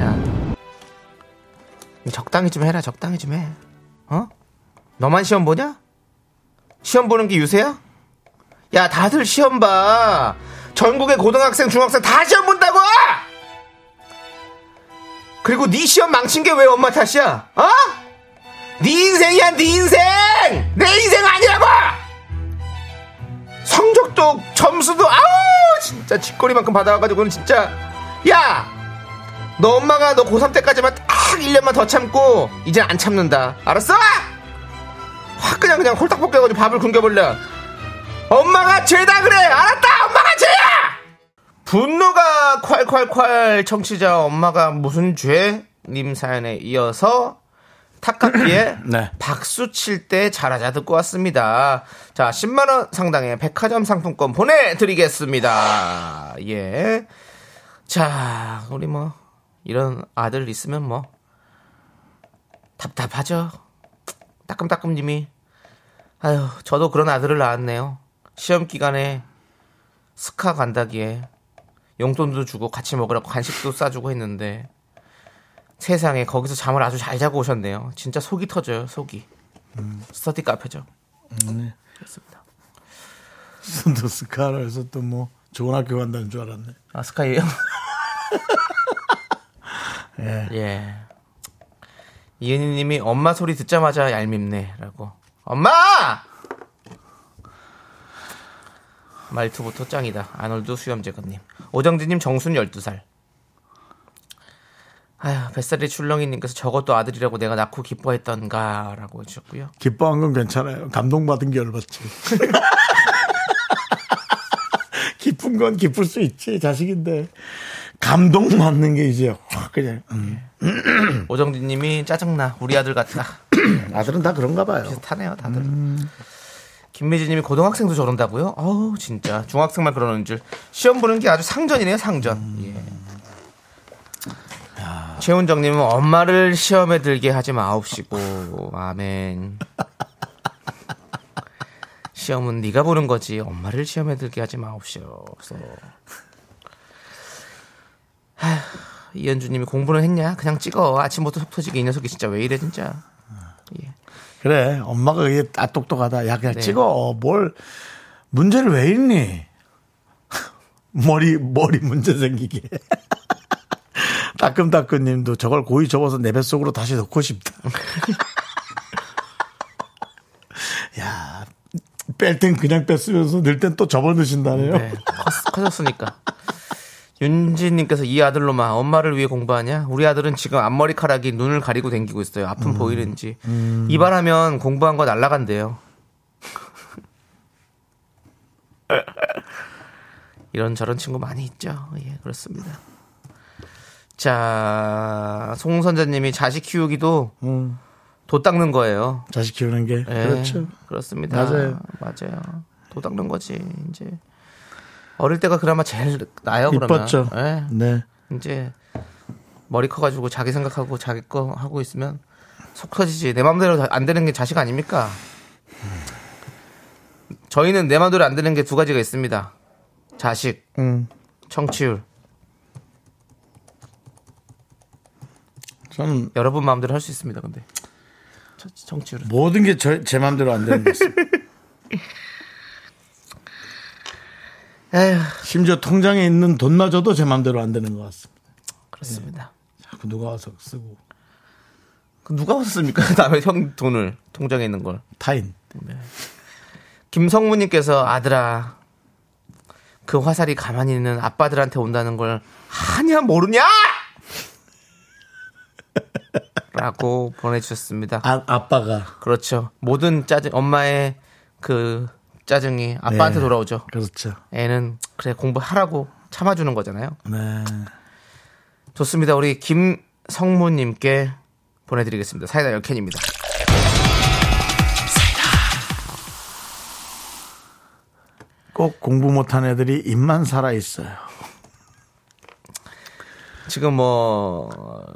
S2: 야, 적당히 좀 해라 적당히 좀 해. 어? 너만 시험 보냐? 시험 보는 게 유세야? 야 다들 시험 봐. 전국의 고등학생 중학생 다 시험 본다고. 그리고 네 시험 망친 게 왜 엄마 탓이야? 어? 네 인생이야 네 인생. 내 인생 아니라고. 성적도 점수도 아우 진짜 짓거리만큼 받아가지고는 진짜 야 너 엄마가 너 고3 때까지만 딱 1년만 더 참고 이제 안 참는다 알았어? 확 그냥 그냥 홀딱 벗겨가지고 밥을 굶겨버려 엄마가 죄다 그래 알았다 엄마가 죄야 분노가 콸콸콸 청취자 엄마가 무슨 죄? 님 사연에 이어서 탁카피의
S1: 네.
S2: 박수 칠 때 잘하자 듣고 왔습니다. 자, 10만원 상당의 백화점 상품권 보내드리겠습니다. 예. 자, 우리 뭐, 이런 아들 있으면 뭐, 답답하죠. 따끔따끔님이, 아유, 저도 그런 아들을 낳았네요. 시험 기간에 스카 간다기에 용돈도 주고 같이 먹으라고 간식도 싸주고 했는데, 세상에 거기서 잠을 아주 잘 자고 오셨네요. 진짜 속이 터져요, 속이. 스터디 카페죠. 그렇습니다.
S1: 순도스카라 해서 또 뭐 좋은 학교 간다는 줄 알았네.
S2: 아, 스카이에요? 예. 이은희 님이 엄마 소리 듣자마자 얄밉네. 라고. 엄마! 말투부터 짱이다. 아놀드 수염제거님. 오정진님 정순 12살. 아휴, 뱃살이 출렁이님께서 저것도 아들이라고 내가 낳고 기뻐했던가. 라고 해주셨고요.
S1: 기뻐한 건 괜찮아요. 감동받은 게 열받지. 기쁜 건 기쁠 수 있지 자식인데 감동 받는 게 이제 확 그냥 음.
S2: 오정진 님이 짜증나. 우리 아들 같다.
S1: 아들은 다 그런가 봐요. 음.
S2: 비슷하네요, 다들. 김미진님이 고등학생도 저런다고요? 어우 진짜 중학생만 그러는 줄 시험 보는 게 아주 상전이네요, 상전.
S1: 음.
S2: 예. 최훈정님은 엄마를 시험에 들게 하지 마옵시고 아멘. 시험은 네가 보는 거지 엄마를 시험에 들게 하지 마옵시오. 아휴, 이현주님이 공부는 했냐? 그냥 찍어. 아침부터 속 터지게 이 녀석이 진짜 왜 이래 진짜. 예.
S1: 그래 엄마가 그게 아 똑똑하다 야 그냥
S2: 네.
S1: 찍어 뭘 문제를 왜 읽니 머리 머리 문제 생기게 따끔따끔님도 저걸 고이 접어서 내 뱃속으로 다시 넣고 싶다 야 뺄 땐 그냥 뺐으면서 늘 땐 또 접어 넣으신다네요
S2: 네, 컸- 커졌으니까. 윤지님께서 이 아들로만 엄마를 위해 공부하냐? 우리 아들은 지금 앞머리카락이 눈을 가리고 댕기고 있어요. 아픔 보이는지. 이발하면 공부한 거 날라간대요. 이런 저런 친구 많이 있죠. 예, 그렇습니다. 자, 송선자님이 자식 키우기도 도 닦는 거예요.
S1: 음. 자식 키우는 게
S2: 예,
S1: 그렇죠
S2: 그렇습니다.
S1: 맞아요.
S2: 맞아요. 도 닦는 거지 이제 어릴 때가 그나마 제일 나요.
S1: 이뻤죠
S2: 그러면. 예.
S1: 네
S2: 이제 머리 커가지고 자기 생각하고 자기 거 하고 있으면 속 터지지 내 마음대로 다- 안 되는 게 자식 아닙니까? 저희는 내 마음대로 안 되는 게 두 가지가 있습니다. 자식,
S1: 음,
S2: 청취율.
S1: 저는
S2: 여러분 마음대로 할 수 있습니다. 근데 청- 청취율은
S1: 모든 게 제 마음대로 안 되는 것 같습니다
S2: 에휴
S1: 심지어 통장에 있는 돈마저도 제 마음대로 안 되는 것 같습니다
S2: 그렇습니다.
S1: 자꾸 누가 와서 쓰고
S2: 네. 그 누가 왔습니까? 남의 형 돈을 통장에 있는 걸.
S1: 타인
S2: 김성무님께서 아들아 그 화살이 가만히 있는 아빠들한테 온다는 걸 하냐 모르냐? 라고 보내주셨습니다.
S1: 아, 아빠가
S2: 그렇죠. 모든 짜증 엄마의 그 짜증이 아빠한테
S1: 네.
S2: 돌아오죠.
S1: 그렇죠.
S2: 애는 그래 공부하라고 참아주는 거잖아요.
S1: 네.
S2: 좋습니다. 우리 김성무님께 보내드리겠습니다. 사이다 열캔입니다
S1: 꼭 공부 못한 애들이 입만 살아 있어요.
S2: 지금 뭐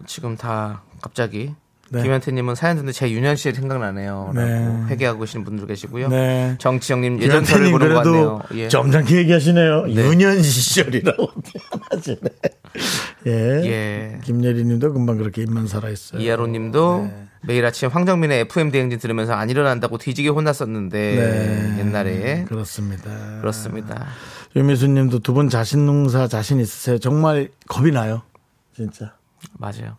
S2: 지금 다 갑자기
S1: 네.
S2: 김현태님은 사연 듣는데 제 유년 시절 생각나네요.
S1: 네.
S2: 라고 회개하고 계시는 분들 계시고요.
S1: 네.
S2: 정치영님 예전설을
S1: 김현태님
S2: 보는 것
S1: 그래도
S2: 같네요. 예.
S1: 점잖게 얘기하시네요. 유년 시절이라고 하시네. 예.
S2: 예.
S1: 김예리님도 금방 그렇게 입만 살아 있어요.
S2: 이하로님도
S1: 네.
S2: 매일 아침 황정민의 FM 대행진 들으면서 안 일어난다고 뒤지게 혼났었는데
S1: 네.
S2: 옛날에
S1: 그렇습니다.
S2: 그렇습니다.
S1: 유미수님도 두 분 자신 농사 자신 있으세요? 정말 겁이 나요. 진짜.
S2: 맞아요.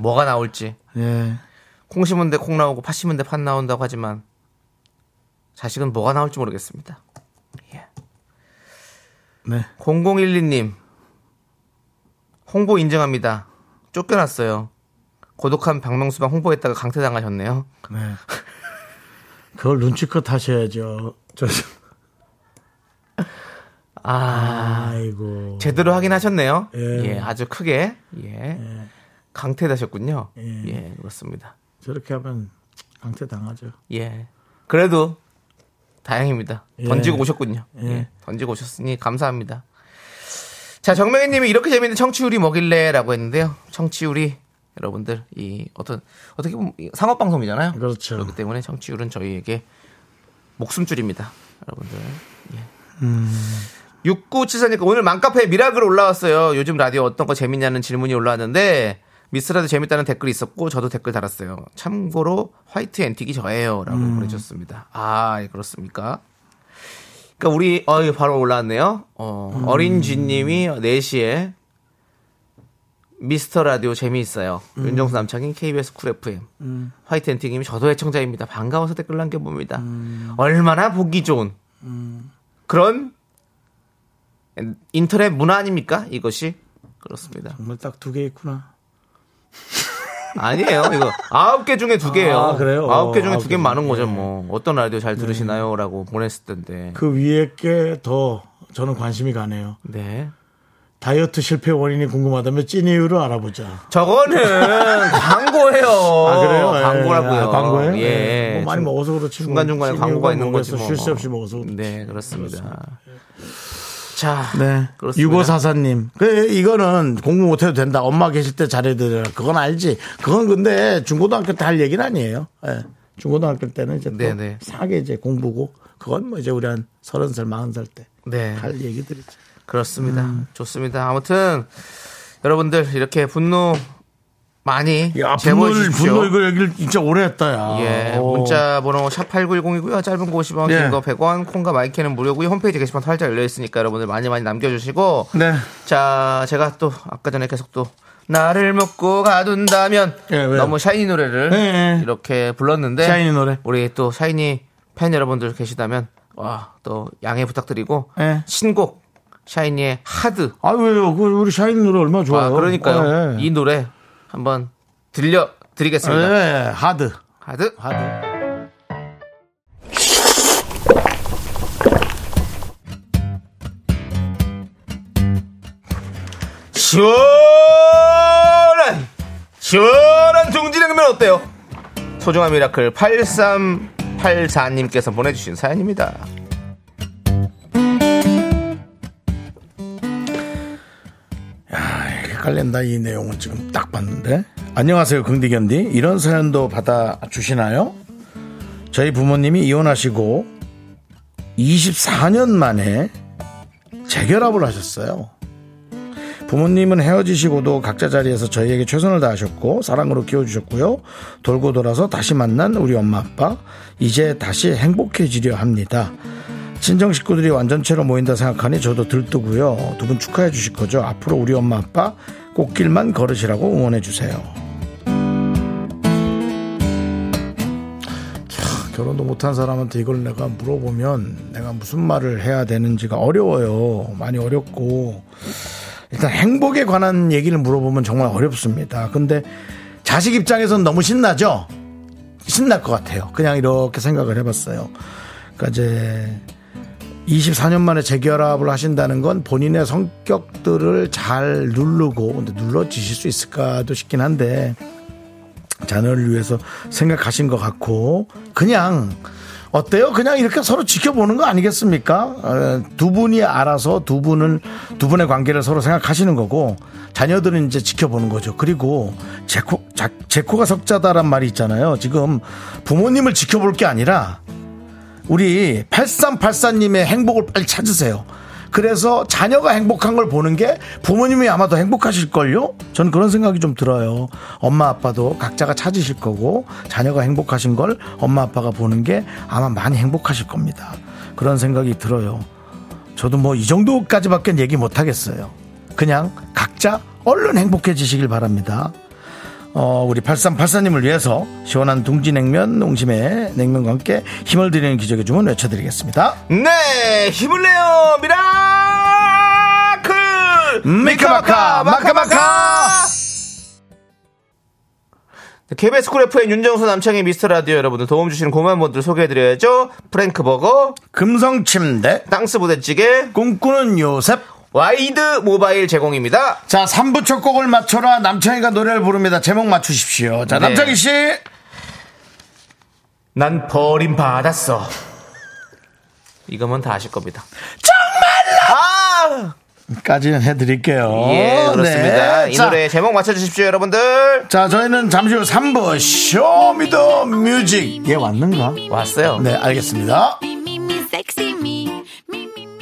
S2: 뭐가 나올지
S1: 예.
S2: 콩 심은데 콩 나오고 팥 심은데 팥 나온다고 하지만 자식은 뭐가 나올지 모르겠습니다. 예.
S1: 네.
S2: 0012님 홍보 인정합니다. 쫓겨났어요. 고독한 박명수방 홍보했다가 강퇴당하셨네요.
S1: 네. 그걸 눈치껏 하셔야죠. 저,
S2: 아
S1: 아이고.
S2: 제대로 하긴 하셨네요.
S1: 예.
S2: 예, 아주 크게 예, 강퇴되셨군요. 예. 그렇습니다.
S1: 저렇게 하면 강퇴 당하죠.
S2: 예 그래도 다행입니다.
S1: 예.
S2: 던지고 오셨군요. 예. 던지고 오셨으니 감사합니다. 자 정명희님이 이렇게 재밌는 청취율이 뭐길래라고 했는데요. 청취율이 여러분들 이 어떤 어떻게 보면 상업 방송이잖아요.
S1: 그렇죠.
S2: 그렇기 때문에 정치율은 저희에게 목숨줄입니다. 여러분들. 예. 6974니까 오늘 맘카페에 미라클 올라왔어요. 요즘 라디오 어떤 거 재밌냐는 질문이 올라왔는데 미스라도 재밌다는 댓글이 있었고 저도 댓글 달았어요. 참고로 화이트 앤틱이 저예요. 라고 보내주셨습니다. 아 예, 그렇습니까? 그러니까 우리 어 예, 바로 올라왔네요. 어, 어린 쥐님이 4시에 미스터 라디오 재미있어요. 윤정수 남창인 KBS 쿨 FM. 화이트 엔팅님이 저도 애청자입니다. 반가워서 댓글 남겨봅니다. 얼마나 보기 좋은 그런 인터넷 문화 아닙니까? 이것이 그렇습니다.
S1: 정말 딱 두 개 있구나.
S2: 아니에요. 이거 아홉 개 중에 두 개예요.
S1: 아, 그래요?
S2: 아홉 개 중에
S1: 아홉
S2: 두
S1: 개 예. 네.
S2: 개 많은 거죠. 뭐 어떤 라디오 잘 들으시나요?라고 보냈을 텐데.
S1: 그 위에 게 더 저는 관심이 가네요.
S2: 네.
S1: 다이어트 실패 원인이 궁금하다면 찐 이유를 알아보자.
S2: 저거는 광고예요.
S1: 아 그래요? 예.
S2: 광고라고요.
S1: 아, 광고예요?
S2: 예.
S1: 예. 뭐 많이 먹어서 그렇지.
S2: 중간 중간에 광고가 있는 거지.
S1: 서
S2: 뭐.
S1: 쉴 새 없이 먹어서. 그렇지.
S2: 네, 그렇습니다. 자,
S1: 네.
S2: 그렇습니다.
S1: 유고사사님. 그, 이거는 공부 못해도 된다. 엄마 계실 때 잘해드려라. 그건 알지. 그건 근데 중고등학교 때 할 얘기는 아니에요. 예. 중고등학교 때는 이제 또
S2: 네네.
S1: 사게 이제 공부고. 그건 뭐 이제 우리 한 서른 살, 마흔 살 때 할
S2: 네.
S1: 얘기들이죠.
S2: 그렇습니다.
S1: 음.
S2: 좋습니다. 아무튼 여러분들 이렇게 분노 많이
S1: 야,
S2: 제보해
S1: 분노를,
S2: 주십시오.
S1: 분노 이거 얘기를 진짜 오래 했다, 야.
S2: 예,
S1: 아, 오.
S2: 문자 번호 샵 8910이고요. 짧은 거 50원,
S1: 예.
S2: 긴거 100원, 콩과 마이크는 무료고요. 홈페이지 게시판 활짝 열려 있으니까 여러분들 많이 많이 남겨 주시고
S1: 네.
S2: 자, 제가 또 아까 전에 계속 또 나를 먹고 가둔다면
S1: 예, 왜요?
S2: 너무 샤이니 노래를
S1: 예, 예.
S2: 이렇게 불렀는데
S1: 샤이니 노래.
S2: 우리 또 샤이니 팬 여러분들 계시다면 와, 또 양해 부탁드리고
S1: 예.
S2: 신곡 샤이니의 하드
S1: 아, 왜요? 그 우리 샤인 노래 얼마나
S2: 아,
S1: 좋아요.
S2: 그러니까요.
S1: 예.
S2: 이 노래 한번 들려 드리겠습니다.
S1: 예, 하드.
S2: 하드
S1: 하드.
S2: 시원한 시원한 둥지냉면 어때요? 소중한 미라클 8384님께서 보내주신 사연입니다.
S1: 헷갈린다, 이 내용은 지금 딱 봤는데. 안녕하세요, 긍디견디. 이런 사연도 받아주시나요? 저희 부모님이 이혼하시고 24년 만에 재결합을 하셨어요. 부모님은 헤어지시고도 각자 자리에서 저희에게 최선을 다하셨고 사랑으로 키워주셨고요. 돌고 돌아서 다시 만난 우리 엄마 아빠 이제 다시 행복해지려 합니다. 친정 식구들이 완전체로 모인다 생각하니 저도 들뜨고요. 두 분 축하해 주실 거죠. 앞으로 우리 엄마 아빠 꽃길만 걸으시라고 응원해 주세요. 캬, 결혼도 못한 사람한테 이걸 내가 물어보면 내가 무슨 말을 해야 되는지가 어려워요. 많이 어렵고 일단 행복에 관한 얘기를 물어보면 정말 어렵습니다. 근데 자식 입장에선 너무 신나죠? 신날 것 같아요. 그냥 이렇게 생각을 해봤어요. 그러니까 이제 24년 만에 재결합을 하신다는 건 본인의 성격들을 잘 누르고 근데 눌러지실 수 있을까도 싶긴 한데 자녀를 위해서 생각하신 것 같고 그냥 어때요? 그냥 이렇게 서로 지켜보는 거 아니겠습니까? 어, 두 분이 알아서 두 분은 두 분의 관계를 서로 생각하시는 거고 자녀들은 이제 지켜보는 거죠. 그리고 제코 자- 제코가 석자다란 말이 있잖아요. 지금 부모님을 지켜볼 게 아니라 우리 8384님의 행복을 빨리 찾으세요. 그래서 자녀가 행복한 걸 보는 게 부모님이 아마도 행복하실걸요? 저는 그런 생각이 좀 들어요. 엄마 아빠도 각자가 찾으실 거고 자녀가 행복하신 걸 엄마 아빠가 보는 게 아마 많이 행복하실 겁니다. 그런 생각이 들어요. 저도 뭐 이 정도까지밖에 얘기 못 하겠어요. 그냥 각자 얼른 행복해지시길 바랍니다. 어, 우리 8384님을 위해서 시원한 둥지냉면 농심의 냉면과 함께 힘을 드리는 기적의 주문 외쳐드리겠습니다.
S2: 네 힘을 내요 미라클
S1: 미카마카, 마카마카!
S2: KBS 네, 쿨 FM 윤정수 남창의 미스터 라디오 여러분들 도움 주시는 고마운 분들 소개해드려야죠. 프랭크버거,
S1: 금성침대,
S2: 땅스 부대찌개,
S1: 꿈꾸는 요셉.
S2: 와이드 모바일 제공입니다.
S1: 자, 3부 첫 곡을 맞춰라. 남창희가 노래를 부릅니다. 제목 맞추십시오. 자,
S2: 네.
S1: 남창희 씨.
S2: 난 버림받았어. 이거면 다 아실 겁니다. 정말로! 아!
S1: 까지는 해드릴게요.
S2: 예, 그렇습니다.
S1: 네.
S2: 이
S1: 자,
S2: 노래 제목 맞춰주십시오, 여러분들.
S1: 자, 저희는 잠시 후 3부 쇼미더 뮤직. 얘 왔는가?
S2: 왔어요.
S1: 네, 알겠습니다.
S4: 미미미 섹시 미 미미미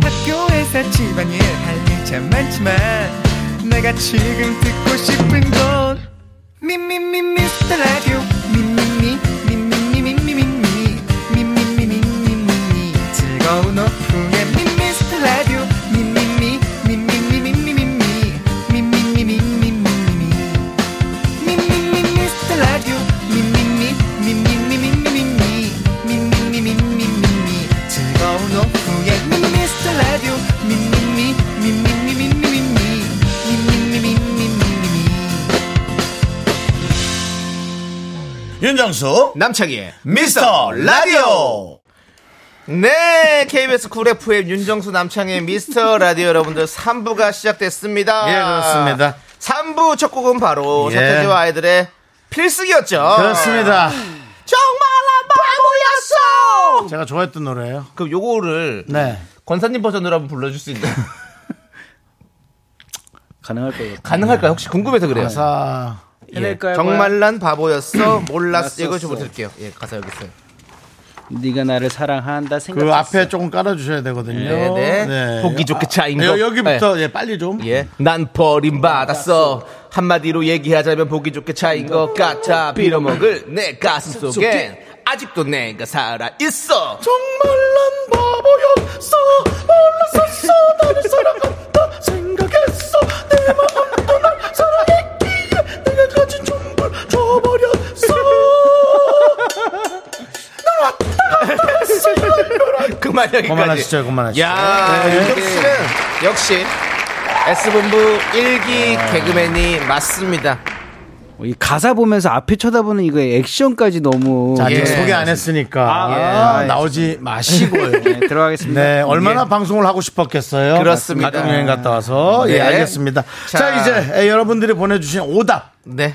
S5: 학교에서 집안일 할 일 참 많지만 내가 지금 듣고 싶은 건 미미미 미스터 라디오 미미미 미미미 미미미 미미미 미미미 즐거운 오후에 미스터 라디오 미미미 미미미 미미미 미미미 미미미 미미미 미스터 라디오 미미미 미미미 미미미 미미미 미미미 즐거운 오후에 미스터 라디오 미미미 미미미 미미미 미미미 미미미
S1: 윤정수,
S2: 남창희의
S1: 미스터 라디오.
S2: 네, KBS 쿨 FM 윤정수 남창의 미스터 라디오 여러분들 3부가 시작됐습니다.
S1: 예, 그렇습니다.
S2: 3부 첫 곡은 바로
S1: 예.
S2: 서태지와 아이들의 필승이었죠.
S1: 그렇습니다.
S2: 정말 바보였어!
S1: 제가 좋아했던 노래예요.
S2: 그럼 요거를
S1: 네.
S2: 권사님 버전으로 한번 불러줄 수 있나요?
S1: 가능할 거예요.
S2: 가능할까요? 혹시 궁금해서 그래요.
S1: 가사
S5: 해낼까요,
S2: 정말 난 바보였어. 몰랐어.
S5: 몰랐었어.
S2: 이거 좀 들게요. 예, 가사 여기 있어요.
S5: 네가 나를 사랑한다 생각.
S1: 그 앞에 조금 깔아주셔야 되거든요.
S2: 네, 네. 보기 좋게 차인 네. 것.
S1: 여- 여기부터 예, 빨리 좀.
S2: 예. 난 버림받았어. 한마디로 얘기하자면 보기 좋게 차인 것 같아. 빌어먹을 내 가슴 속엔 아직도 내가 살아있어. 정말 난 바보였어. 몰랐었어. 나를 사랑한다. 생각했어. 내 마음도 날 사랑했기에 내가 가진 전부 줘버렸어. 그만 여기까지.
S1: 그만하시죠, 그만하시죠. 네.
S2: 야, 윤정 씨는 역시 S본부 일기
S1: 네.
S2: 개그맨이 맞습니다.
S5: 이 가사 보면서 앞에 쳐다보는 이거 액션까지 너무.
S1: 자, 아직
S2: 예.
S1: 소개 안 했으니까
S5: 아, 예.
S1: 나오지 마시고요.
S5: 네, 들어가겠습니다.
S1: 네, 얼마나 방송을 하고 싶었겠어요.
S2: 예. 그렇습니다.
S1: 가족여행 갔다 와서.
S2: 네.
S1: 예, 알겠습니다. 자,
S2: 자.
S1: 이제 에, 여러분들이 보내주신 오답.
S2: 네.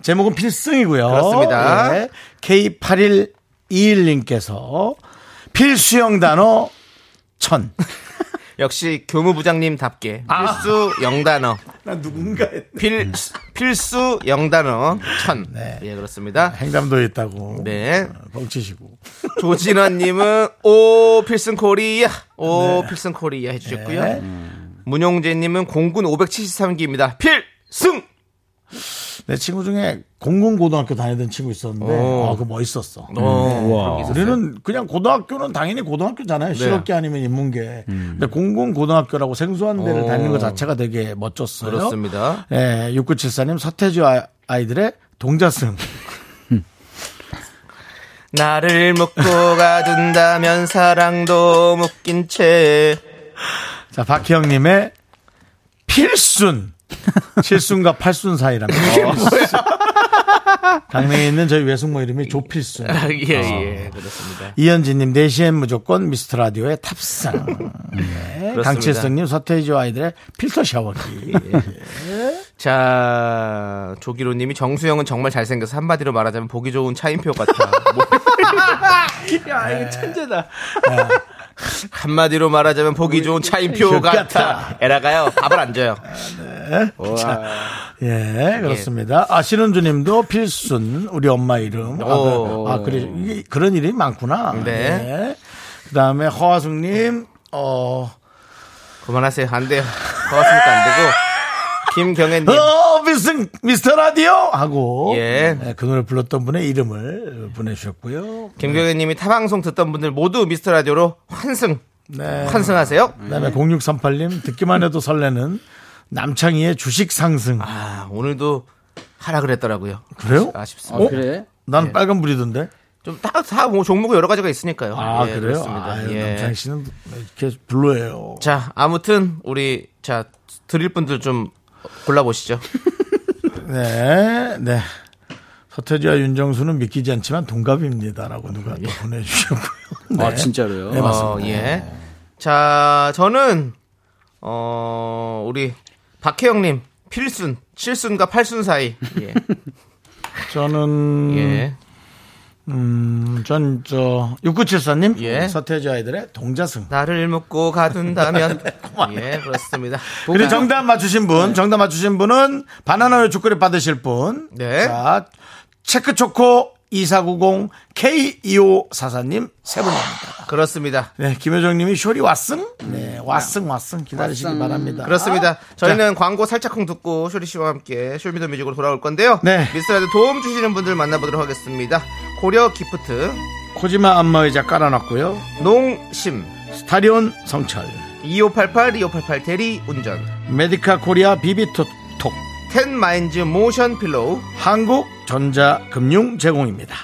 S1: 제목은 필승이고요.
S2: 그렇습니다.
S1: 예, K8121님께서 필수형 단어 천.
S2: 역시 교무부장님답게
S1: 아.
S2: 필수 영단어.
S1: 나 누군가 했
S2: 필, 필수 영단어 천.
S1: 네.
S2: 예, 그렇습니다.
S1: 행감도 있다고.
S2: 네.
S1: 뻥치시고.
S2: 조진환님은 오 필승 코리아 오 필승 코리아 해주셨고요.
S1: 네.
S2: 문용재님은 공군 573기입니다. 필승
S1: 네. 내 친구 중에 공군고등학교 다니던 친구 있었는데,
S2: 오.
S1: 아, 그 멋있었어.
S2: 어,
S1: 우리는 그냥 고등학교는 당연히
S2: 네.
S1: 고등학교잖아요. 실업계 아니면 인문계.
S2: 음.
S1: 근데 공군 고등학교라고 생소한 데를
S2: 오.
S1: 다니는 것 자체가 되게 멋졌어요.
S2: 어. 그렇습니다.
S1: 예, 6974님 서태지 아- 아이들의 동자승.
S2: 나를 묶고 가둔다면 사랑도 묶인 채
S1: 자, 박희영님의 필순. 7순과 8순 사이랍니다. 강릉에 있는 저희 외숙모 뭐 이름이 조필순.
S2: 예,
S1: 아.
S2: 예, 그렇습니다.
S1: 네. 이현진님 4시엔 무조건 미스터 라디오의 탑상. 네. 강칠성님 서태지 아이들의 필터 샤워기.
S2: 자, 조기로님이 정수영은 정말 잘생겨서 한마디로 말하자면 보기 좋은 차인표 같아. 뭐-
S5: 야, 이거 천재다.
S2: 한마디로 말하자면 보기 좋은 차인표 같아. 에라가요, 밥을 안 줘요.
S1: 예, 그렇습니다. 아, 신은주 님도 필순, 우리 엄마 이름. 아,
S2: 오.
S1: 그- 아, 그래. 이게 그런 일이 많구나.
S2: 어. 네.
S1: 그 다음에 허화숙 님, 어,
S2: 그만하세요. 안 돼요. 고맙습니까? 안 되고. 김경애님.
S1: 어, 필승, 미스터 라디오! 하고.
S2: 예.
S1: 네, 그 노래 불렀던 분의 이름을 보내주셨고요.
S2: 김경애님이 타방송 듣던 분들 모두 미스터 라디오로 환승.
S1: 네.
S2: 환승하세요.
S1: 그 다음에 0638님, 듣기만 해도 설레는 남창희의 주식 상승.
S2: 아, 오늘도 하라 그랬더라고요.
S1: 그래요?
S2: 아쉽습니다. 예.
S1: 어?
S5: 그래?
S1: 난 빨간 불이던데.
S2: 좀 다, 다, 뭐, 종목은 여러 가지가 있으니까요.
S1: 아,
S2: 예,
S1: 그래요?
S2: 그렇습니다.
S1: 아유,
S2: 예.
S1: 남창희 씨는 이렇게 별로예요.
S2: 자, 아무튼, 우리, 자, 드릴 분들 좀 골라보시죠.
S1: 네, 네. 서태지와 윤정수는 믿기지 않지만 동갑입니다라고 누가
S2: 예.
S1: 또 보내주셨고요. 네.
S5: 아, 진짜로요?
S1: 네, 맞습니다.
S2: 어, 예. 자, 저는, 어, 우리, 박혜영님, 필순, 7순과 8순 사이. 예.
S1: 저는
S2: 예.
S1: 음, 전저 6974님
S2: 예.
S1: 서태지 아이들의 동자승.
S2: 나를 묶고 가둔다면. 예, 그렇습니다.
S1: 그리고 정답 맞추신 분, 정답 맞추신 분은 바나나의 주거리 받으실 분.
S2: 네.
S1: 자, 체크초코 2490 K2544님 세 분입니다.
S2: 그렇습니다.
S1: 네, 김효정님이 쇼리 왔승? 네, 왔승 왔승 기다리시기 바랍니다.
S2: 그렇습니다. 저희는 광고 살짝쿵 듣고 쇼리 씨와 함께 쇼미더 뮤직으로 돌아올 건데요.
S1: 네.
S2: 미스터라드 도움 주시는 분들 만나보도록 하겠습니다. 고려 기프트,
S1: 코지마 안마의자 깔아놨고요.
S2: 농심,
S1: 스타리온 성철
S2: 2588, 2588 대리 운전,
S1: 메디카 코리아 비비톡톡
S2: 텐 마인즈 모션 필로우,
S1: 한국 전자금융 제공입니다.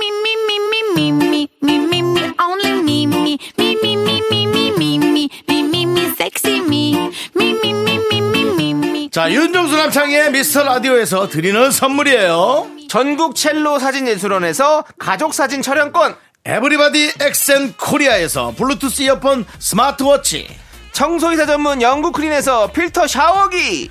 S4: me, me, me, me, me, me, me, me, me, only me, me, me, me, me, me, me, me, me, me, me, me, sexy me, me, me, me, me, me, me, me.
S1: 자 윤종수 남창의 미스터 라디오에서 드리는 선물이에요.
S2: 전국 첼로 사진 예술원에서 가족 사진 촬영권,
S1: 에브리바디 엑센 코리아에서 블루투스 이어폰 스마트워치
S2: 청소이사 전문 영국 크린에서 필터 샤워기,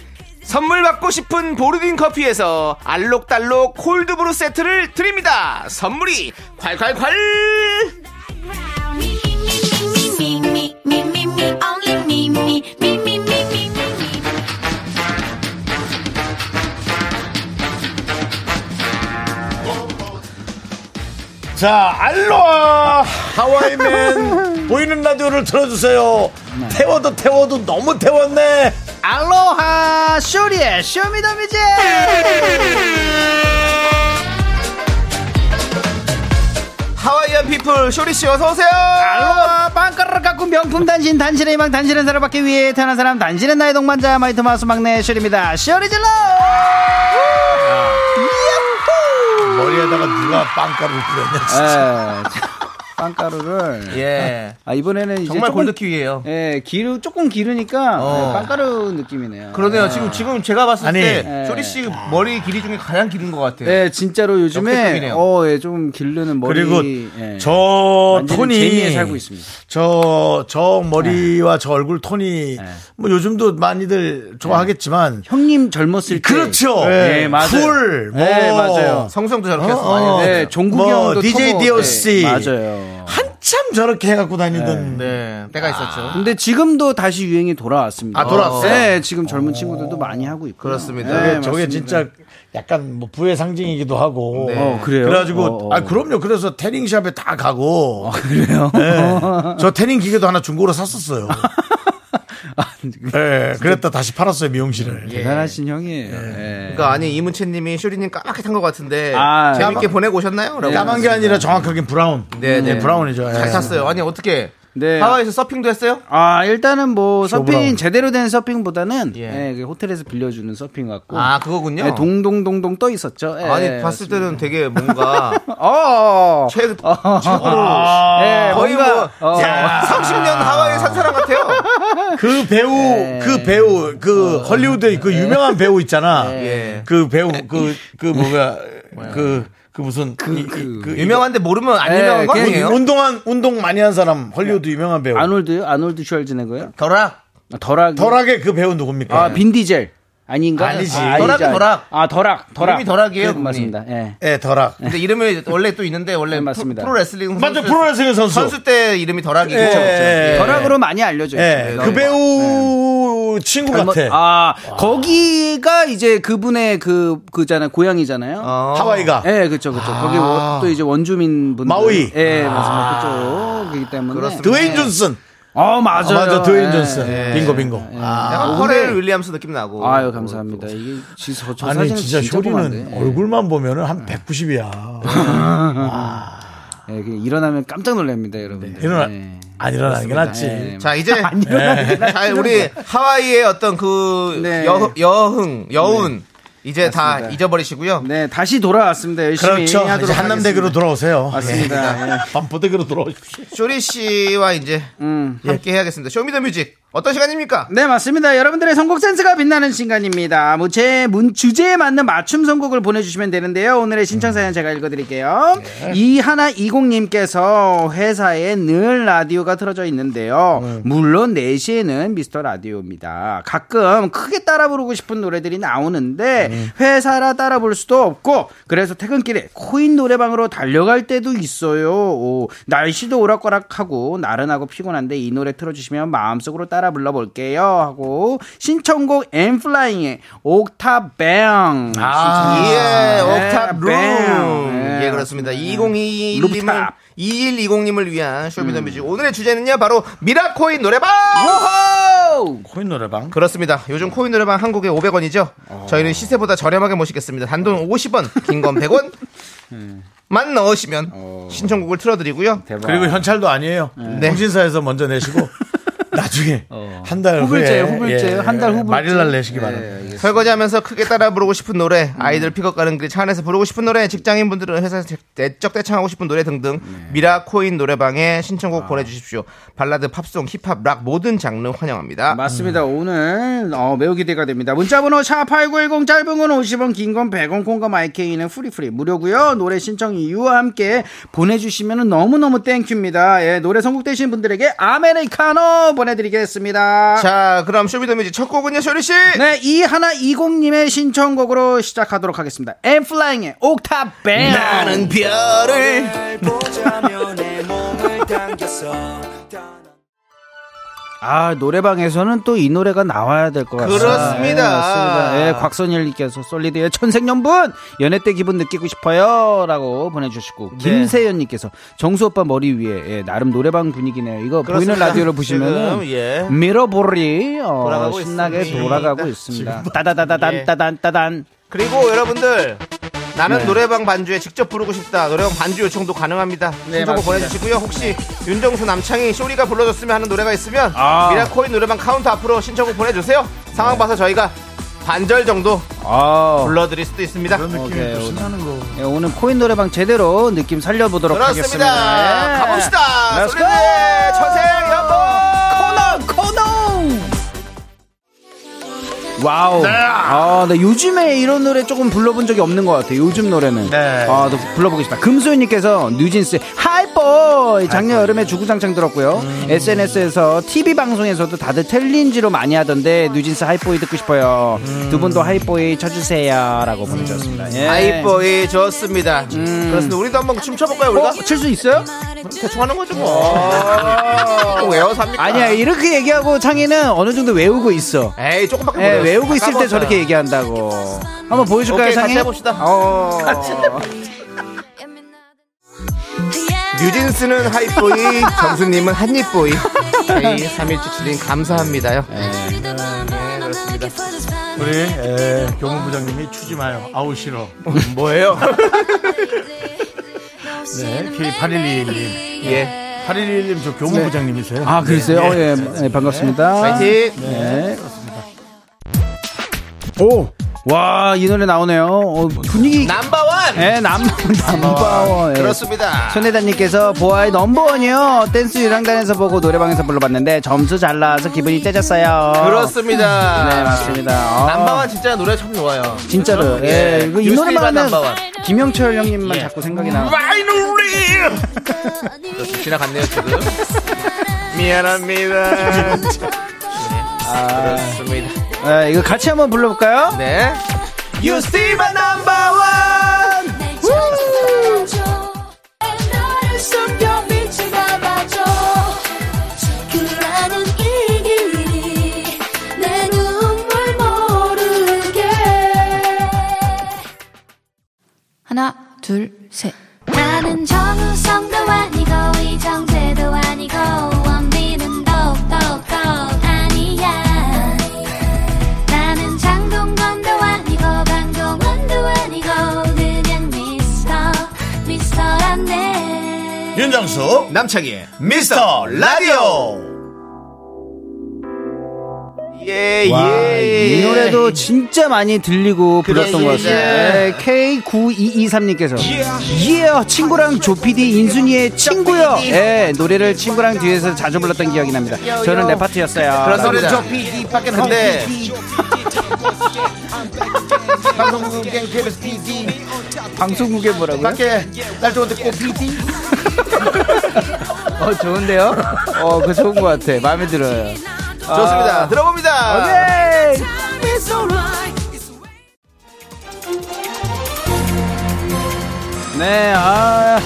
S2: 선물 받고 싶은 보르딘 커피에서 알록달록 콜드브루 세트를 드립니다. 선물이 콸콸콸!
S1: 자, 알로아 하와이맨 보이는 라디오를 틀어주세요. 태워도 태워도 너무 태웠네.
S5: 알로하 쇼리의 쇼미더뮤직
S2: 하와이안 피플 쇼리씨 어서오세요!
S5: 알로하 빵가루를 갖고 명품 단신 단신의 희망 단신의 사를 받기 위해 태어난 사람 단신의 나의 동반자 마이토마스 막내 쇼리입니다 쇼리 질러
S1: 머리에다가 누가 빵가루를 뿌렸냐. 진짜.
S5: 예, 빵가루를
S2: 예.
S5: 아 이번에는 이제
S2: 정말
S5: 조금-
S2: 골드키위예요
S5: 예, 기르 조금 기르니까
S2: 어.
S5: 예, 빵가루 느낌이네요.
S2: 그러네요. 지금, 지금 제가 봤을
S1: 아니, 네.
S2: 때
S5: 예.
S2: 쇼리씨 머리 길이 중에 가장 길은 것 같아요.
S5: 예, 진짜로 요즘에
S2: 역대급이네요.
S5: 어, 예, 좀 기르는 머리
S1: 그리고
S5: 예,
S1: 저
S5: 완전히 재미에
S1: 톤이
S5: 살고 있습니다. 예.
S1: 저저 머리와 저 얼굴 톤이 뭐 요즘도 많이들 좋아하겠지만
S5: 예. 형님 젊었을 때
S1: 그렇죠.
S5: 예, 맞아요.
S1: 쿨, 뭐.
S5: 예, 맞아요.
S2: 성성도 저렇게 했어.
S1: 어,
S2: 많이
S1: 어.
S5: 네, 종국
S1: 뭐,
S5: 형도
S1: DJ
S5: 터보-
S1: DOC.
S6: 예.
S5: 네, 맞아요. 예.
S1: 한참 저렇게 해갖고 다니던
S2: 네, 때가 있었죠.
S5: 근데 지금도 다시 유행이 돌아왔습니다.
S1: 어. 아, 돌아왔어요?
S5: 네, 지금 젊은 친구들도 많이 하고 있고.
S2: 그렇습니다.
S1: 저게,
S2: 네,
S1: 저게 진짜 약간 뭐 부의 상징이기도 하고.
S5: 어, 그래요?
S1: 그래가지고
S5: 어, 어.
S1: 아 그럼요. 그래서 태닝샵에 다 가고
S5: 그래요?
S1: 네. 저 태닝 기계도 하나 중고로 샀었어요.
S5: 아, 그
S1: 네, 그랬다 다시 팔았어요 미용실을.
S5: 대단하신 형이에요. 예.
S2: 그러니까 아니 이문채님이 쇼리님 까맣게 탄 것 같은데
S5: 아, 네.
S2: 재밌게 보내고 오셨나요? 라고.
S1: 까만 게 아니라 정확하게 브라운.
S2: 네, 네.
S1: 브라운이죠. 예.
S2: 잘 탔어요. 아니 어떻게
S5: 네.
S2: 하와이에서 서핑도 했어요?
S5: 아, 일단은 뭐
S1: 쇼브라운.
S5: 서핑 제대로 된 서핑보다는
S2: 예.
S5: 예, 그 호텔에서 빌려주는 서핑 같고.
S2: 아 그거군요.
S5: 예, 동동동동 떠 있었죠. 예,
S3: 네,
S2: 아니 네, 봤을
S5: 맞습니다.
S2: 때는 되게 뭔가
S5: 어, 어.
S2: 최 최고로
S1: 아,
S5: 예,
S2: 거의
S5: 뭔가,
S2: 뭐
S5: 어.
S1: 야.
S2: 30년 하와이 산 사람 같아요.
S1: 그 배우, 그 배우, 그 헐리우드의 그 유명한 배우 있잖아.
S2: 예.
S1: 그 배우, 그, 그 뭐야, 그, 그 무슨. 이- 이- 그
S2: 유명한데 모르면 안
S5: 예,
S2: 유명한 거
S5: 그냥
S1: 운-
S2: 아니에요?
S1: 운동한, 운동 많이 한 사람, 헐리우드 유명한 배우.
S5: 아놀드요? 아놀드 슈왈즈네거요?
S2: 더락
S5: 덜하게.
S1: 덜하게 그 배우 누굽니까?
S5: 아, 빈디젤. 아닌가?
S1: 아니지.
S5: 아, 아니죠.
S2: 덜하게 덜학.
S5: 아, 덜학. 덜학.
S2: 이름이 덜학이에요,
S5: 네,
S2: 그분이.
S5: 맞습니다. 예.
S1: 예, 덜학.
S2: 근데 이름이 원래 또 있는데 원래
S5: 네,
S2: 맞습니다.
S5: 맞습니다. 네,
S2: 프로 레슬링
S1: 맞죠,
S2: 선수
S1: 프로레슬링 선수.
S2: 선수 때 이름이
S1: 예,
S2: 더락이죠. 그렇죠.
S1: 예, 예.
S5: 덜학으로 많이 알려져 있어요.
S1: 예, 그 배우 친구 네. 같아.
S5: 아, 거기가 이제 그분의 그 그잖아요. 고향이잖아요.
S1: 하와이가.
S5: 예, 그렇죠. 그렇죠. 거기 원- 또 이제 원주민 분들.
S1: 아. 마우이. 아.
S5: 예, 맞습니다. 그쪽이기 때문에.
S2: 그렇습니다.
S1: 드웨인 존슨.
S5: 어, 맞아요.
S1: 아, 맞아, 드웨인
S5: 예.
S1: 존슨. 네. 빙고, 빙고. 아.
S2: 약간 퍼렐 윌리엄스 느낌 나고.
S5: 아유, 감사합니다. 이게 저, 저
S1: 어, 아니
S5: 사진은
S1: 진짜 네.
S5: 는
S1: 쇼리는 어. 얼굴만 보면은 한 190이야.
S5: 예, 그냥 일어나면 깜짝 놀랍니다, 여러분들.
S1: 네, 일어나
S5: 예.
S1: 안 일어나는 게 낫지.
S5: 예.
S2: 자 이제 네. 자 우리 하와이의 어떤 그
S5: 네.
S2: 여, 여흥 여운 이제 다
S5: 맞습니다.
S2: 잊어버리시고요.
S5: 네, 다시 돌아왔습니다. 열심히
S1: 그렇죠.
S5: 하도록
S1: 이제 한남대교로
S5: 하겠습니다.
S1: 돌아오세요.
S5: 맞습니다. 예.
S1: 반포대교로 돌아오십시오.
S2: 쇼리 씨와 이제
S5: 음.
S2: 함께 해야겠습니다. 쇼미더뮤직 어떤 시간입니까?
S5: 네 맞습니다 여러분들의 선곡 센스가 빛나는 시간입니다 무제 문 주제에 맞는 맞춤 선곡을 보내주시면 되는데요 오늘의 신청 사연 제가 읽어드릴게요
S1: 네.
S5: 이하나 이공님께서 회사에 늘 라디오가 틀어져 있는데요
S1: 네.
S5: 물론 4시에는 미스터 라디오입니다 가끔 크게 따라 부르고 싶은 노래들이 나오는데
S2: 네.
S5: 회사라 따라 볼 수도 없고 그래서 퇴근길에 코인 노래방으로 달려갈 때도 있어요 오, 날씨도 오락가락하고 나른하고 피곤한데 이 노래 틀어주시면 마음속으로 따라 불러볼게요 하고 신청곡 엠플라잉의 옥탑뱅
S2: 예,
S5: 신청해주셨습니다.
S2: 옥탑
S5: 뱅.
S2: 룸.
S5: 네,
S2: 예, 그렇습니다. 2021님은
S5: 루프탑. 음.
S2: 2120님을 위한 쇼미더뮤직 오늘의 주제는요 바로 미라코인 노래방.
S5: 오호!
S1: 코인 노래방.
S2: 그렇습니다. 요즘 코인 노래방 한국에 500원이죠.
S5: 어.
S2: 저희는 시세보다 저렴하게 모시겠습니다. 단돈 50원, 긴 건 100원.
S5: 네.
S2: 만 넣으시면
S5: 어.
S2: 신청곡을 틀어드리고요.
S5: 대박.
S1: 그리고 현찰도 아니에요.
S6: 네.
S1: 네. 통신사에서 먼저 내시고 나중에 한 달 후에
S6: 어.
S5: 후불제예요, 후불제예요. 한달 후불제.
S1: 말일날 내시기
S5: 예,
S1: 바랍니다.
S7: 알겠습니다.
S2: 설거지하면서 크게 따라 부르고 싶은
S5: 음.
S2: 노래, 아이들 픽업 가는 길 차 안에서 부르고 싶은 노래, 직장인분들은 회사에서 대- 내적 대창하고 싶은 노래 등등
S5: 네.
S2: 미라코인 노래방에
S5: 아.
S2: 신청곡 보내주십시오. 발라드, 팝송, 힙합, 락 모든 장르 환영합니다.
S5: 맞습니다. 오늘 어, 매우 기대가 됩니다. 문자번호 샵8910 짧은 건 50원, 긴 건 100원, 콩과 마이케이는 프리프리 무료고요. 노래 신청 이유와 함께 보내주시면 너무너무 땡큐입니다. 예, 노래 선곡되신 분들에게 아메리카노 보내드리겠습니다.
S2: 자, 그럼 쇼미더뮤직 첫 곡은요, 쇼리 씨.
S5: 네, 이하나 20님의 신청곡으로 시작하도록 하겠습니다. 엠플라잉의 옥탑뱅.
S7: 나는
S5: 네.
S7: 별을
S5: 아 노래방에서는 또 이 노래가 나와야 될 것 같습니다.
S2: 그렇습니다.
S5: 예, 맞습니다. 예, 곽선일님께서 솔리드의 천생연분 연애 때 기분 느끼고 싶어요라고
S2: 네.
S5: 보내주시고 김세연님께서 정수 오빠 머리 위에 예, 나름 노래방 분위기네요. 이거 보이는
S2: 그렇습니다.
S5: 라디오를 보시면
S2: 지금, 예.
S5: 미러볼이 어,
S2: 돌아가고
S5: 신나게
S2: 있습니다.
S5: 돌아가고 있습니다. 따다다다단
S2: 예.
S5: 따단 따단.
S2: 그리고 여러분들 나는
S5: 네.
S2: 노래방 반주에 직접 부르고 싶다. 노래방 반주 요청도 가능합니다.
S5: 네,
S2: 신청곡
S5: 맞습니다.
S2: 보내주시고요. 혹시 윤정수 남창희 쇼리가 불러줬으면 하는 노래가 있으면
S5: 아. 네.
S2: 미라코인 노래방 카운터 앞으로 신청곡 보내주세요. 상황 봐서 저희가 반절 정도
S5: 아.
S2: 불러드릴 수도 있습니다.
S5: 오케이, 오늘. 예, 오늘 코인 노래방 제대로 느낌 살려보도록
S2: 그렇습니다.
S5: 하겠습니다. 예.
S2: 가봅시다.
S5: Let's
S2: 소리의
S5: go.
S2: 네, 처생 연봉.
S5: 와우. 아, 네, 요즘에 이런 노래 조금 불러본 적이 없는 것 같아요. 요즘 노래는.
S2: 네.
S5: 아, 또 불러보겠습니다. 금소연님께서 뉴진스의 하이보이 작년 여름에 주구장창 들었고요.
S2: 음.
S5: SNS에서 TV 방송에서도 다들 챌린지로 많이 하던데 뉴진스 하이보이 듣고 싶어요.
S2: 음.
S5: 두 분도 하이보이 쳐주세요라고 보내주셨습니다. 예.
S2: 아이보이 네, 좋습니다. 음. 그렇습니다. 우리도 한번 춤춰볼까요? 우리가
S5: 어, 칠수 있어요?
S2: 대충 하는 거죠 뭐. 꼭 외워서 합니까?
S5: 아니야 이렇게 얘기하고 창희는 어느 정도 외우고 있어.
S2: 에이 조금밖에
S5: 예,
S2: 못
S5: 외우고 있을 때
S2: 까먹었어요.
S5: 저렇게 얘기한다고. 한번 보여줄까요,
S2: 오케이,
S5: 창희?
S2: 같이 해봅시다.
S5: 어.
S2: 뉴진스는 하이보이, 정수님은 한입보이. 저희 3177님 감사합니다요.
S1: 우리 에, 네, 예, 교무부장님이 추지 마요. 아우 싫어.
S2: 뭐예요?
S1: 네, K8121님.
S2: 예.
S1: 8121님 저 교무부장님이세요.
S5: 아, 그러세요? 어, 예, 예, 반갑습니다.
S2: 파이팅!
S5: 네. 오! 와, 이 노래 나오네요. 어, 분위기.
S2: 넘버원!
S5: 예, 남, 남바원.
S2: 네.
S5: 예.
S2: 그렇습니다.
S5: 손혜단님께서 보아의 넘버원이요. 댄스 유랑단에서 보고 노래방에서 불러봤는데 점수 잘 나와서 기분이 째졌어요.
S2: 그렇습니다.
S5: 네, 맞습니다. 어,
S2: 남바원 진짜 노래 참 좋아요.
S5: 진짜로. 예, 이거 이
S2: 뉴스
S5: 노래만
S2: 일반
S5: 하면
S2: 넘버원.
S5: 김영철
S2: 예.
S5: 형님만 자꾸 생각이 나요.
S2: 지나갔네요, 지금. 미안합니다. 그렇습니다.
S5: 예, 이거 같이 한번 불러볼까요?
S2: 네. You see my number one!
S4: 하나, 둘, 셋. 나는 정우성도 아니고, 이정재도 아니고, 원빈은 더욱더 아니야. 나는 장동건도 아니고, 강동원도 아니고, 그냥 미스터, 미스터란데.
S1: 윤정수
S2: 남창희의
S1: 미스터 라디오.
S2: 예,
S5: 와,
S2: 예.
S5: 이 노래도 진짜 많이 들리고 그 불렀던 것 같아요.
S2: 예.
S5: 네, K9223님께서 예 친구랑 조피디 인순이의 친구요. 예, 노래를 친구랑 뒤에서 자주 불렀던 기억이 납니다. 저는 내 파트였어요.
S2: 그렇습니다.
S5: 라고.
S2: 저피 밖에 근데 방송국엔 KBS PD
S5: 방송국에 뭐라고요?
S2: 밖에 날 좋은 듣고 PD
S5: 어 좋은데요? 어 그 좋은 것 같아. 마음에 들어요.
S2: 좋습니다. 아, 들어봅니다.
S5: 오케이. 네, 아.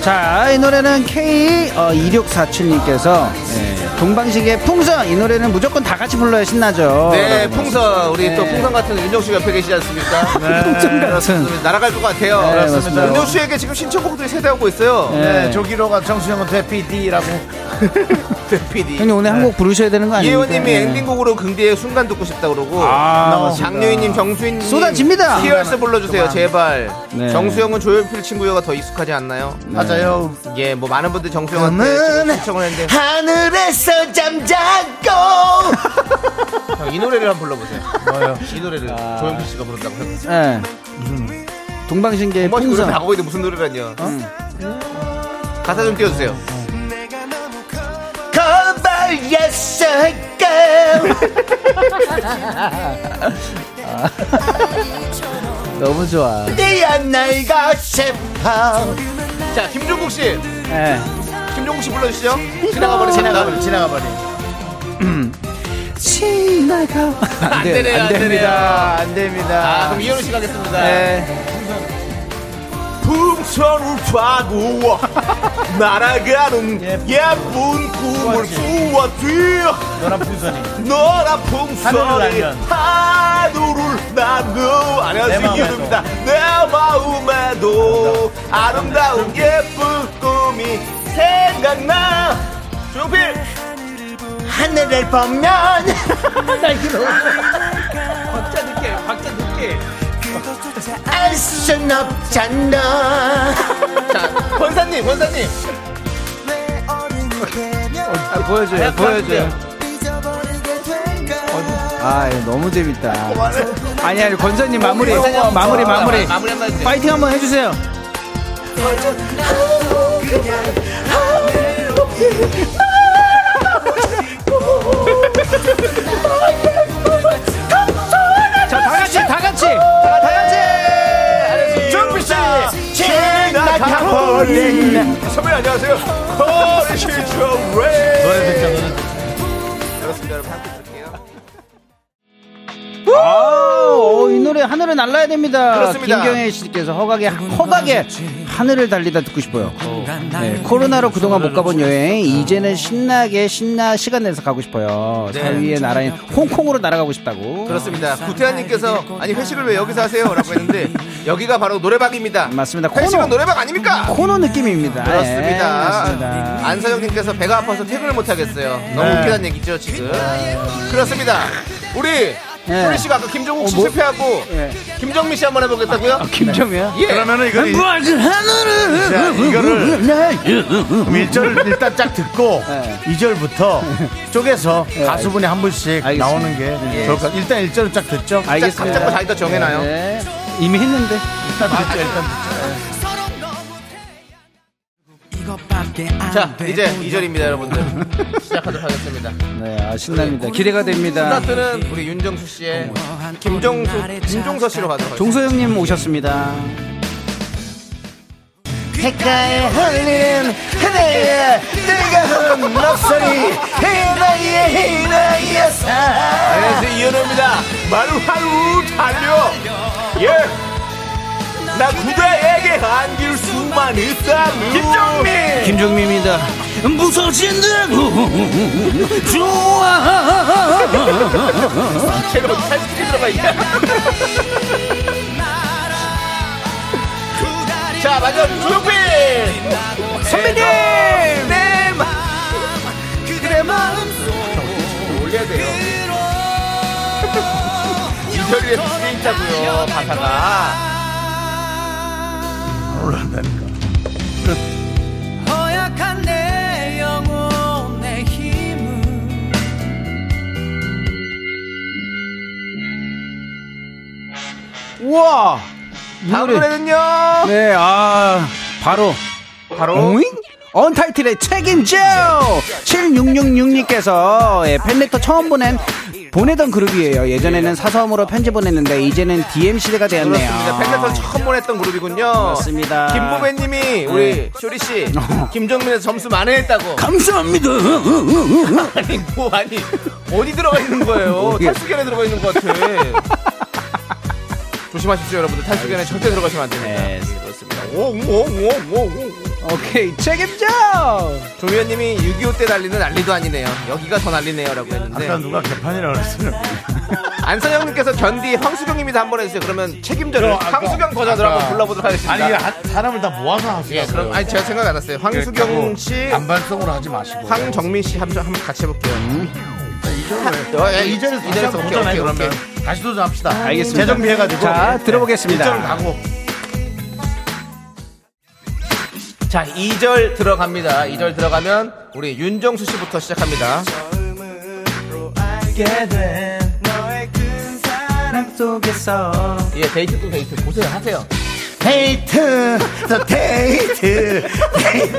S5: 자, 이 노래는
S6: 어,
S5: K2647님께서
S6: 네,
S5: 동방식의 풍선 이 노래는 무조건 다 같이 불러야 신나죠.
S2: 네,
S5: 라고
S2: 풍선 우리
S5: 네.
S2: 또 풍선 같은 윤정수 옆에 계시지 않습니까?
S5: 풍선 같은.
S2: 그렇습니다. 날아갈 것 같아요.
S5: 네,
S2: 그렇습니다.
S5: 맞습니다.
S2: 윤정수에게 지금 신청곡들이 세대하고 있어요.
S5: 네.
S1: 네, 조기로가 정수영한테 PD라고.
S2: PD
S5: 형님 오늘 한 곡 부르셔야 되는 거 아니에요?
S2: 그 네. 이혜원님이 엔딩곡으로 긍디의 순간 듣고 싶다 그러고
S5: 아,
S2: 장유인님, 정수인님
S5: 쏟아집니다.
S2: 티얼스 불러주세요, 제발.
S5: 네.
S2: 정수영은 조용필 친구여가 더 익숙하지 않나요?
S1: 맞아요.
S2: 예, 뭐 많은 분들이 정수영한테 지금 신청을 했는데
S1: 하늘에서 여기서 잠자고 형, 이 노래를 한번 불러보세요 이 노래를 조영필 씨가 부른다고 요
S6: 아. 예. 동방신기의
S1: 멋있노
S6: 풍선. 어?
S1: 나가고 있는데 무슨 노래라뇨 가사 좀 띄워주세요 거발렸을까
S6: 아. 너무 좋아.
S1: 네안 날가 싶어 자 김종국 씨
S6: 예.
S1: 김종국 씨 불러주시죠 지나가버린 지나가버린 지나가버린
S6: 안
S1: 안 되네요,
S6: 돼요.
S1: 안
S6: 안 됩니다. 안
S1: 아,
S6: 됩니다.
S1: 그럼 이현우 씨 가겠습니다.
S6: 예.
S1: 풍선을 타고 날아가는 예쁜 꿈을 꾸었지. 너란 풍선이 하늘을 나누. 안녕하세요, 이현우입니다. 내 마음에도 아름다운 예쁜 꿈이 생각나. 조용필! 하늘을 보면 알 순 없잖아. 자, 권사님, 권사님.
S6: 아, 보여줘요. 보여줘요. 아, 예, 너무 재밌다. 아니, 아니, 권사님 마무리. 마무리, 마무리.
S1: 마무리 한마디. 해주세요.
S6: 파이팅 한번 해주세요. 자, 다 같이, 다 같이, 다 같이.
S1: 정필 씨, 지나가버린 선배 안녕하세요. 노래 듣자 노래. 그렇습니다 여러분 함께 들을게요.
S6: 오, 이 노래 하늘을 날라야 됩니다.
S1: 그렇습니다.
S6: 김경혜 씨께서 허각에 허각에 하늘을 달리다 듣고 싶어요. 네, 코로나로 그동안 못 가본 여행 이제는 신나게 신나 시간 내서 가고 싶어요. 자유의 나라인 홍콩으로 날아가고 싶다고.
S1: 그렇습니다. 구태환님께서 아니 회식을 왜 여기서 하세요?라고 했는데 여기가 바로 노래방입니다.
S6: 맞습니다. 코너.
S1: 회식은 노래방 아닙니까?
S6: 코너 느낌입니다. 예,
S1: 그렇습니다.
S6: 맞습니다.
S1: 안서영님께서 배가 아파서 퇴근을 못 하겠어요.
S5: 네.
S6: 네.
S1: 너무 웃기다는 얘기죠 지금. 그렇습니다. 우리
S6: 네.
S1: 소리 씨가 아까 김종국 씨
S6: 어, 뭐-
S1: 실패하고
S6: 예.
S1: 김정민 씨 한번 해보겠다고요?
S6: 김정이야?
S1: 예.
S2: 그러면은 이거
S6: 뭐,
S2: 이- 자, 이거를 그럼 1절을 일단 쫙 듣고
S6: 네.
S2: 이 2절부터 쪼개서 가수분이 한 분씩
S6: 알겠습니다.
S2: 나오는 게 좋을 것 같아요. 일단 1절을 쫙 듣죠.
S1: 각자 각자 거 자기가 정해놔요.
S6: 네. 이미 했는데.
S1: 자 이제 2절입니다 여러분들 시작하도록 하겠습니다
S6: 네, 아, 신납니다. 기대가 됩니다.
S1: 스타트는 우리 윤정수 씨의 김종수 김종서 씨로 가도록 하겠습니다
S6: 종서 형님 오셨습니다.
S2: 색깔 흘린 그대의 뜨거운 목소리 헤나이의 헤나이의 사
S1: 안녕하세요 네, 이현우입니다 마루하루 달려 예나 구대에게 안길 수만 있다 김정민
S6: 김종민입니다. 무서진다고 좋아.
S1: 제가 어디 살짝 들어가 있다 자 마지막 조용필 선배님 내 마음 그대 마음 올려야 돼요 이별의 스윙자고요 가사가
S8: 허약한 내 영혼 내 힘은
S6: 우와. 이
S1: 다음
S6: 노래.
S1: 노래는요
S6: 네, 아 바로
S2: 음.
S1: 바로
S6: 오잉? 언타이틀의 책임져 7666님께서 예, 팬레터 처음 보낸 보내던 그룹이에요. 예전에는 사서함으로 편지 보냈는데 이제는 DM 시대가 되었네요.
S1: 그렇습니다 팬레터 처음 보냈던 그룹이군요
S6: 맞습니다.
S2: 네.
S1: 김보배님이 우리 쇼리씨 김정민의 점수 만회했다고
S6: 감사합니다.
S1: 아니 뭐 아니 어디 들어가 있는 거예요? 탈수견에 들어가 있는 것 같아. 조심하십시오 여러분들 탈수견에 절대 들어가시면 안 됩니다.
S6: 네.
S1: 예, 그렇습니다. 오오오오오
S6: 오케이 책임져.
S1: 조미연님이 6.25 때 난리는 난리도 아니네요. 여기가 더 난리네요라고
S2: 아까
S1: 했는데
S2: 누가 개판이라고 그랬어요.
S1: 안선영님께서 견디 황수경님이다 한번 해주세요. 그러면 책임자를 황수경 버전으로 한번 불러보도록 하겠습니다.
S2: 아니 이게 한- 사람을 다 모아서 하세요.
S1: 예, 그럼 아니 제가 생각 안 났어요. 황수경 씨,
S2: 단발성으로 그러니까 뭐 하지 마시고.
S1: 황정민 씨 한번 한번 같이 해볼게요.
S2: 야, 아, 이전에서
S1: 이전에서 오케이,
S2: 도전해
S1: 오케이,
S2: 그러면 다시 도전합시다.
S6: 알겠습니다.
S2: 재정비해가지고
S6: 자 들어보겠습니다.
S2: 일절 가고 자, 2절 들어갑니다. 2절 들어가면 우리 윤정수 씨부터 시작합니다. 예, 데이트 또 데이트 보세요. 하세요.
S1: 데이트 또 데이트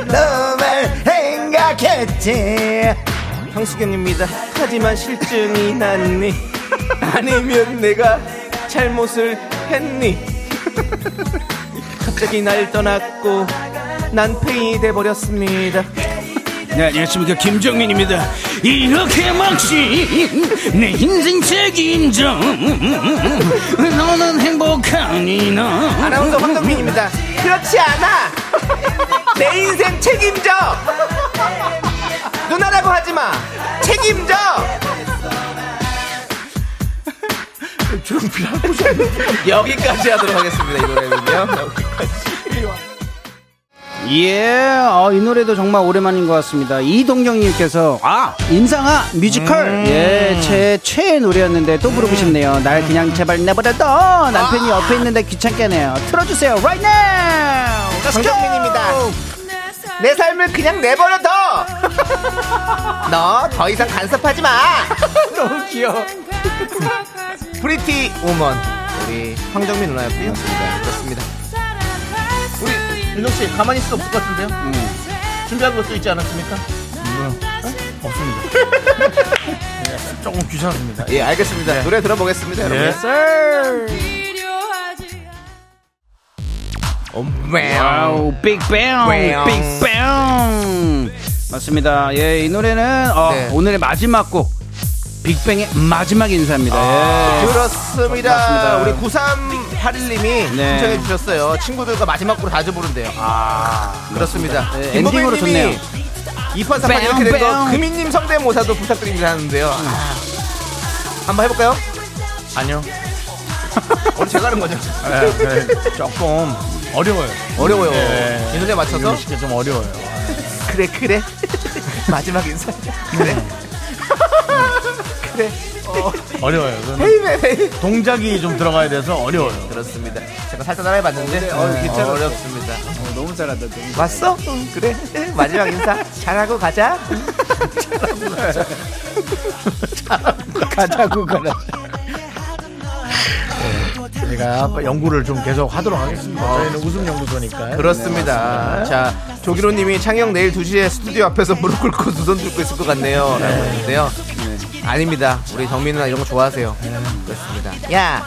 S1: 너만 생각했지
S2: 황수경입니다. 하지만 실증이 났니? 아니면 내가 잘못을 했니? 갑자기 날 떠났고 난 페인이 돼버렸습니다.
S7: 네, 안녕하십니까. 김정민입니다. 이렇게 막지, 내 인생 책임져. 너는 행복하니, 나.
S2: 아나운서 황정민입니다. 그렇지 않아. 내 인생 책임져. 누나라고 하지 마. 책임져. 여기까지 하도록 하겠습니다. 이 노래는요. 여기까지.
S5: 예, 어, 이 노래도 정말 오랜만인 것 같습니다. 이동경님께서, 아, 인상아, 뮤지컬. 예, 제 최애 노래였는데 또 부르고 싶네요. 날 그냥 제발 내버려둬. 남편이 옆에 있는데 귀찮게 하네요. 틀어주세요, right now! Let's go!
S2: 황정민입니다. 내 삶을 그냥 내버려둬. 너 더 이상 간섭하지 마. 너무 귀여워. 프리티 우먼 우리 황정민 누나였고요. 네, 그렇습니다. 우리 윤정 씨 가만히 있을 수 없을 것 같은데요? 준비한 것도 있지 않았습니까? 음. 네?
S1: 조금 귀찮습니다
S2: 예, 알겠습니다. 네. 노래 들어보겠습니다, 여러분.
S1: 예.
S2: 어,
S5: 와우, 빅뱅,
S2: 뱅.
S5: 빅뱅. 맞습니다. 예, 이 노래는 어,
S2: 네.
S5: 오늘의 마지막 곡, 빅뱅의 마지막 인사입니다. 예.
S2: 그렇습니다.
S5: 맞습니다.
S2: 우리 9381님이
S5: 네.
S2: 신청해 주셨어요. 친구들과 마지막 곡으로 자주 부른대요. 아, 그렇습니다.
S5: 네, 엔딩으로 좋네요.
S2: 2판4판 이렇게
S5: 뺑,
S2: 된거
S5: 뺑.
S2: 금인님 성대모사도 부탁드립니다 하는데요. 아. 한번 해볼까요?
S1: 아니요
S2: 오늘 제가 하는 거죠.
S1: 네, 네, 조금 어려워요
S2: 어려워요.
S1: 네.
S2: 이 노래 맞춰서
S1: 이게 좀 어려워요
S2: 그래 그래 마지막 인사 그래 그래
S1: 어려워요 그건
S2: 헤이베 헤이
S1: 동작이 좀 들어가야 돼서 어려워요
S2: 그렇습니다. 제가 살짝 따라해봤는데 어, 진짜 어렵습니다.
S5: 너무 잘한다.
S2: 왔어? 응, 그래. 마지막 인사 잘하고 가자.
S5: 가자고 가라.
S6: 아,
S1: 제가 연구를 좀 계속 하도록 하겠습니다
S2: 아.
S1: 저희는 웃음
S5: 네.
S1: 연구소니까요
S2: 그렇습니다. 자, 조기로님이 창영 내일 2시에 스튜디오 앞에서 무릎 꿇고 두 손 들고 있을 것 같네요. 라고 했는데요.
S5: 네.
S2: 아닙니다. 우리 정민 누나 이런 거 좋아하세요. 그렇습니다. 야,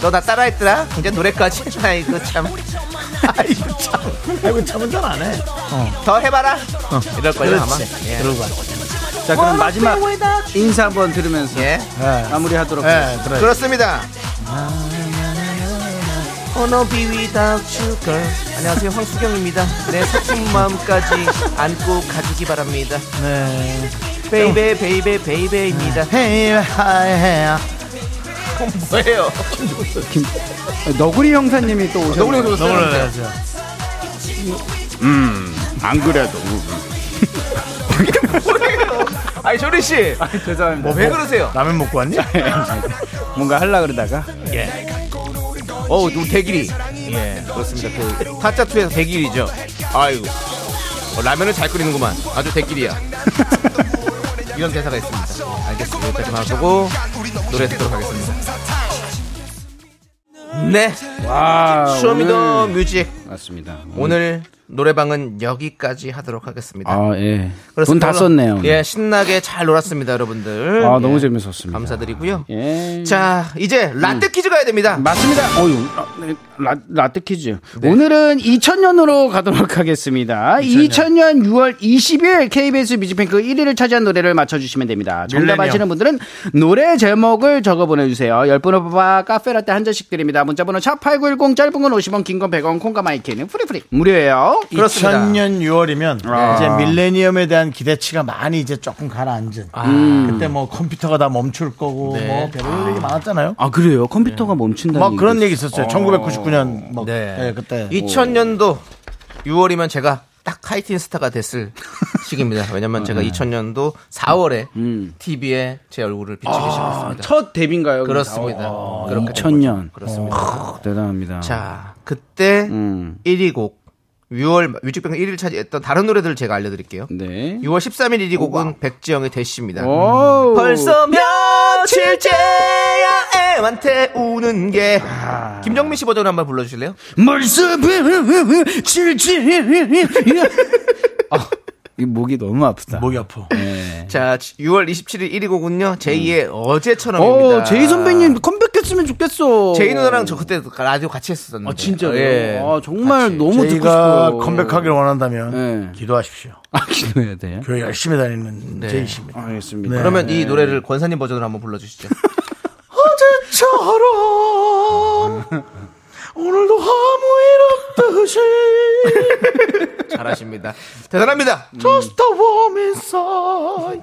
S2: 너 나 따라했더라? 이제 노래까지? 아이고 참. 아이고 참. 어.
S1: 아이고 참은 잘 안해
S5: 어.
S2: 더 해봐라. 이럴 거예요 아마. 예.
S1: 그러고
S5: 자, 그럼 마지막 인사 한번 들으면서
S2: 예.
S1: 예.
S5: 마무리하도록 하겠습니다.
S1: 예, 들어요
S2: 그렇습니다. Wanna be without you, girl. 안녕하세요 황수경입니다. 내 사춘 마음까지 안고 가주기 바랍니다.
S1: 네.
S2: 베이베 베이베 베이베입니다.
S1: 헤이 하이
S2: 뭐예요?
S5: 너구리 형사님이 또 오셨네요.
S2: 너구리 형사
S1: 너무나
S2: 오셨어요.
S1: 잘하세요.
S7: 안 그래도.
S2: 아니 쇼리 씨,
S5: 죄송합니다.
S1: 뭐,
S2: 왜
S1: 뭐,
S2: 그러세요?
S1: 라면 먹고 왔니?
S5: 뭔가 하려 그러다가
S2: 어우 누구 대길이. 예, 그렇습니다. 그 타짜 투에서 대길이죠. 아이고 어, 라면을 잘 끓이는구만. 아주 대길이야. 이런 대사가 있습니다. 예, 알겠습니다. 여기까지 하고 노래 듣도록 하겠습니다. 네,
S5: 와
S2: 쇼미더 뮤직
S5: 맞습니다.
S2: 오늘 노래방은 여기까지 하도록 하겠습니다.
S5: 아 예. 돈
S2: 그렇습니다.
S5: 다 썼네요.
S2: 예, 신나게 잘 놀았습니다, 여러분들.
S5: 아
S2: 예,
S5: 너무 재밌었습니다.
S2: 감사드리고요.
S5: 예.
S2: 자, 이제 라떼 퀴즈 가야 됩니다.
S5: 맞습니다. 네. 어유 아, 네, 라, 라떼 퀴즈. 오늘은 2000년으로 가도록 하겠습니다. 2000년, 6월 20일 KBS 뮤직뱅크 1위를 차지한 노래를 맞춰주시면 됩니다. 정답
S1: 밀레니엄.
S5: 아시는 분들은 노래 제목을 적어 보내주세요. 10분을 뽑아 카페라떼 한 잔씩 드립니다. 문자번호 샵8910 짧은 건 50원, 긴 건 100원, 콩과 마이키는 프리프리. 무료예요.
S2: 그렇습니다.
S1: 2000년 6월이면 이제 밀레니엄에 대한 기대치가 많이 이제 조금 가라앉은. 그때 뭐 컴퓨터가 다 멈출 거고 뭐 별로 얘기 많았잖아요.
S5: 아, 그래요? 컴퓨터가 멈춘다는
S1: 막 그런
S5: 얘기.
S1: 얘기 있었어요. 1999년 뭐
S2: 네.
S1: 예, 그때
S2: 2000년도 6월이면 제가 딱 하이틴 스타가 됐을 시기입니다. 왜냐면
S5: 네.
S2: 제가 2000년도 4월에 TV에 제 얼굴을 비추기 시작했습니다.
S5: 음. 아, 첫 데뷔인가요? 아,
S2: 그렇습니다. 그렇게 된 거죠.
S5: 2000년.
S2: 그렇습니다.
S5: 대단합니다.
S2: 자, 그때
S5: 어, 음.
S2: 1위 곡 6월 뮤직뱅크 1위를 차지했던 다른 노래들을 제가 알려드릴게요.
S5: 네.
S2: 6월 13일 1위 곡은 백지영의 대시입니다.
S5: 오.
S2: 벌써 며칠째야 애한테 우는 게
S5: 아.
S2: 김정민 씨 버전 한번 불러주실래요?
S5: 벌써 칠칠. 아, 이 목이 너무 아프다.
S6: 목이 아파.
S2: 자, 6월 27일 1위 곡은요 제2의 어제처럼입니다.
S5: 음. 어, 제이 선배님 컴백했으면 좋겠어.
S2: 제이 누나랑 저 그때 라디오 같이 했었는데.
S5: 아, 진짜요?
S2: 예.
S5: 아, 정말 너무 듣고
S6: 제이가
S5: 싶어요.
S6: 컴백하길 원한다면
S5: 네.
S6: 기도하십시오.
S5: 아, 기도해야 돼요?
S6: 교회 열심히 다니는 제이십니다.
S5: 알겠습니다.
S2: 네. 그러면 이 노래를 권사님 버전으로 한번 불러주시죠.
S6: 어제처럼 오늘도 아무 일 없듯이
S2: 잘하십니다. 대단합니다.
S5: 음.
S6: Just a warm inside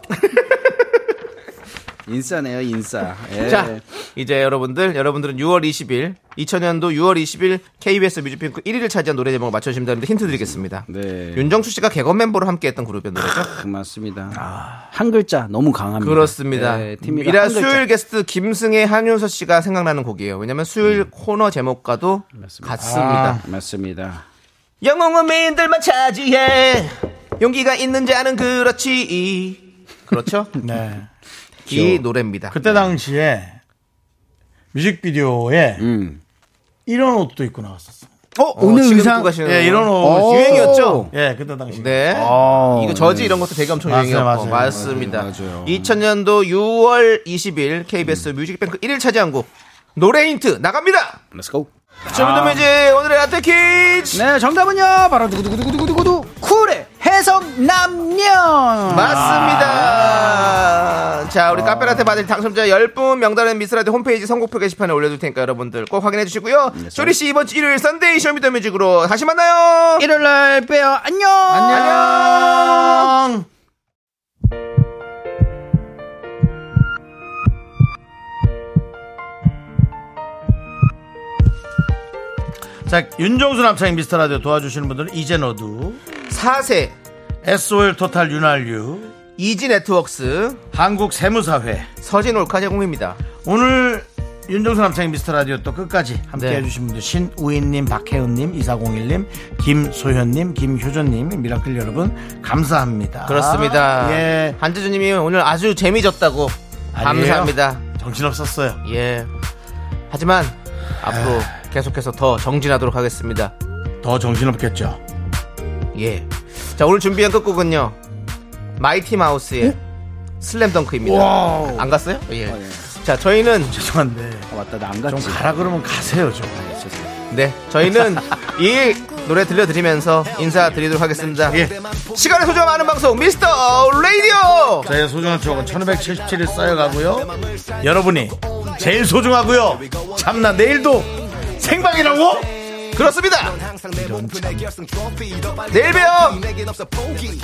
S5: 인싸네요, 인싸. 예.
S2: 자, 이제 여러분들, 여러분들은 6월 20일, 2000년도 6월 20일 KBS 뮤직뱅크 1위를 차지한 노래 제목을 맞춰주시면 되는데 힌트 드리겠습니다.
S5: 네.
S2: 윤정수 씨가 개건 멤버로 함께했던 그룹의 노래죠.
S5: 맞습니다. 한 글자 너무 강합니다.
S2: 그렇습니다.
S5: 네, 팀이가
S2: 이라
S5: 한 글자.
S2: 수요일 게스트 김승혜, 한윤서 씨가 생각나는 곡이에요. 왜냐면 수요일 코너 제목과도 같습니다.
S5: 맞습니다.
S2: 영웅은 미인들만 차지해. 용기가 있는 자는 그렇지. 그렇죠?
S6: 네.
S2: 이 노래입니다.
S6: 그때 당시에 뮤직비디오에
S5: 음.
S6: 이런 옷도 입고 나왔었어요.
S2: 어,
S5: 오늘
S2: 지금
S5: 의상-
S2: 입고 가시는
S6: 예, 이런
S5: 오.
S6: 옷.
S2: 유행이었죠?
S6: 예, 그때 당시.
S2: 네.
S5: 아,
S2: 이거 저지 이런 것도 되게 엄청
S6: 맞아요,
S2: 유행이었고
S6: 맞아요.
S2: 맞습니다.
S5: 네, 맞아요. 음.
S2: 2000년도 6월 20일 KBS 뮤직뱅크 1일 차지한 곡 노래 힌트 나갑니다.
S5: Let's go. 아.
S2: 조민도뮤직 오늘의 라떼 퀴즈
S5: 네, 정답은요. 바로 두구두구두구두구두구 쿨의 해성 남녀.
S2: 맞습니다.
S5: 아.
S2: 자 우리 카페라떼 받을 당첨자 10분 명단은 미스라디 홈페이지 선곡표 게시판에 올려둘 테니까 여러분들 꼭 확인해 주시고요.
S5: 네,
S2: 조리 씨 이번 주 일요일 썬데이 쇼미더뮤직으로 다시 만나요.
S5: 일요일 날 빼요. 안녕.
S2: 안녕.
S6: 자, 윤정수 남창인 미스터 라디오 도와주시는 분들은 이젠어두,
S2: 4세
S6: SOL 토탈 윤활유,
S2: 이지 네트웍스
S6: 한국 세무사회.
S2: 서진 올카 제공입니다.
S6: 오늘 윤정수 남창인 미스터 라디오 또 끝까지 함께
S2: 네.
S6: 해주신 분들 신우인님, 박혜은님, 2401님, 김소현님, 김효전님, 미라클 여러분 감사합니다.
S2: 그렇습니다.
S6: 예.
S2: 한재주님이 오늘 아주 재미졌다고
S6: 아니에요.
S2: 감사합니다.
S6: 정신 없었어요.
S2: 예. 하지만
S6: 아.
S2: 앞으로 계속해서 더 정진하도록 하겠습니다.
S6: 더 정신 없겠죠.
S2: 예. 자 오늘 준비한 끝곡은요 마이티 마우스의
S6: 어?
S2: 슬램덩크입니다. 안 갔어요?
S6: 아,
S2: 예. 자 저희는
S6: 죄송한데
S5: 맞다, 나 안 갔지.
S6: 좀 가라 그러면 가세요 좀.
S2: 네 저희는 이 노래 들려드리면서 인사드리도록 하겠습니다.
S6: 예.
S2: 시간의 소중함 아는 방송 미스터 레이디오.
S6: 저의 소중한 추억은 1577일 쌓여가고요. 여러분이 제일 소중하고요. 참나 내일도 생방이라고?
S2: 그렇습니다. 내일 봬요.
S1: 내겐 없어 포기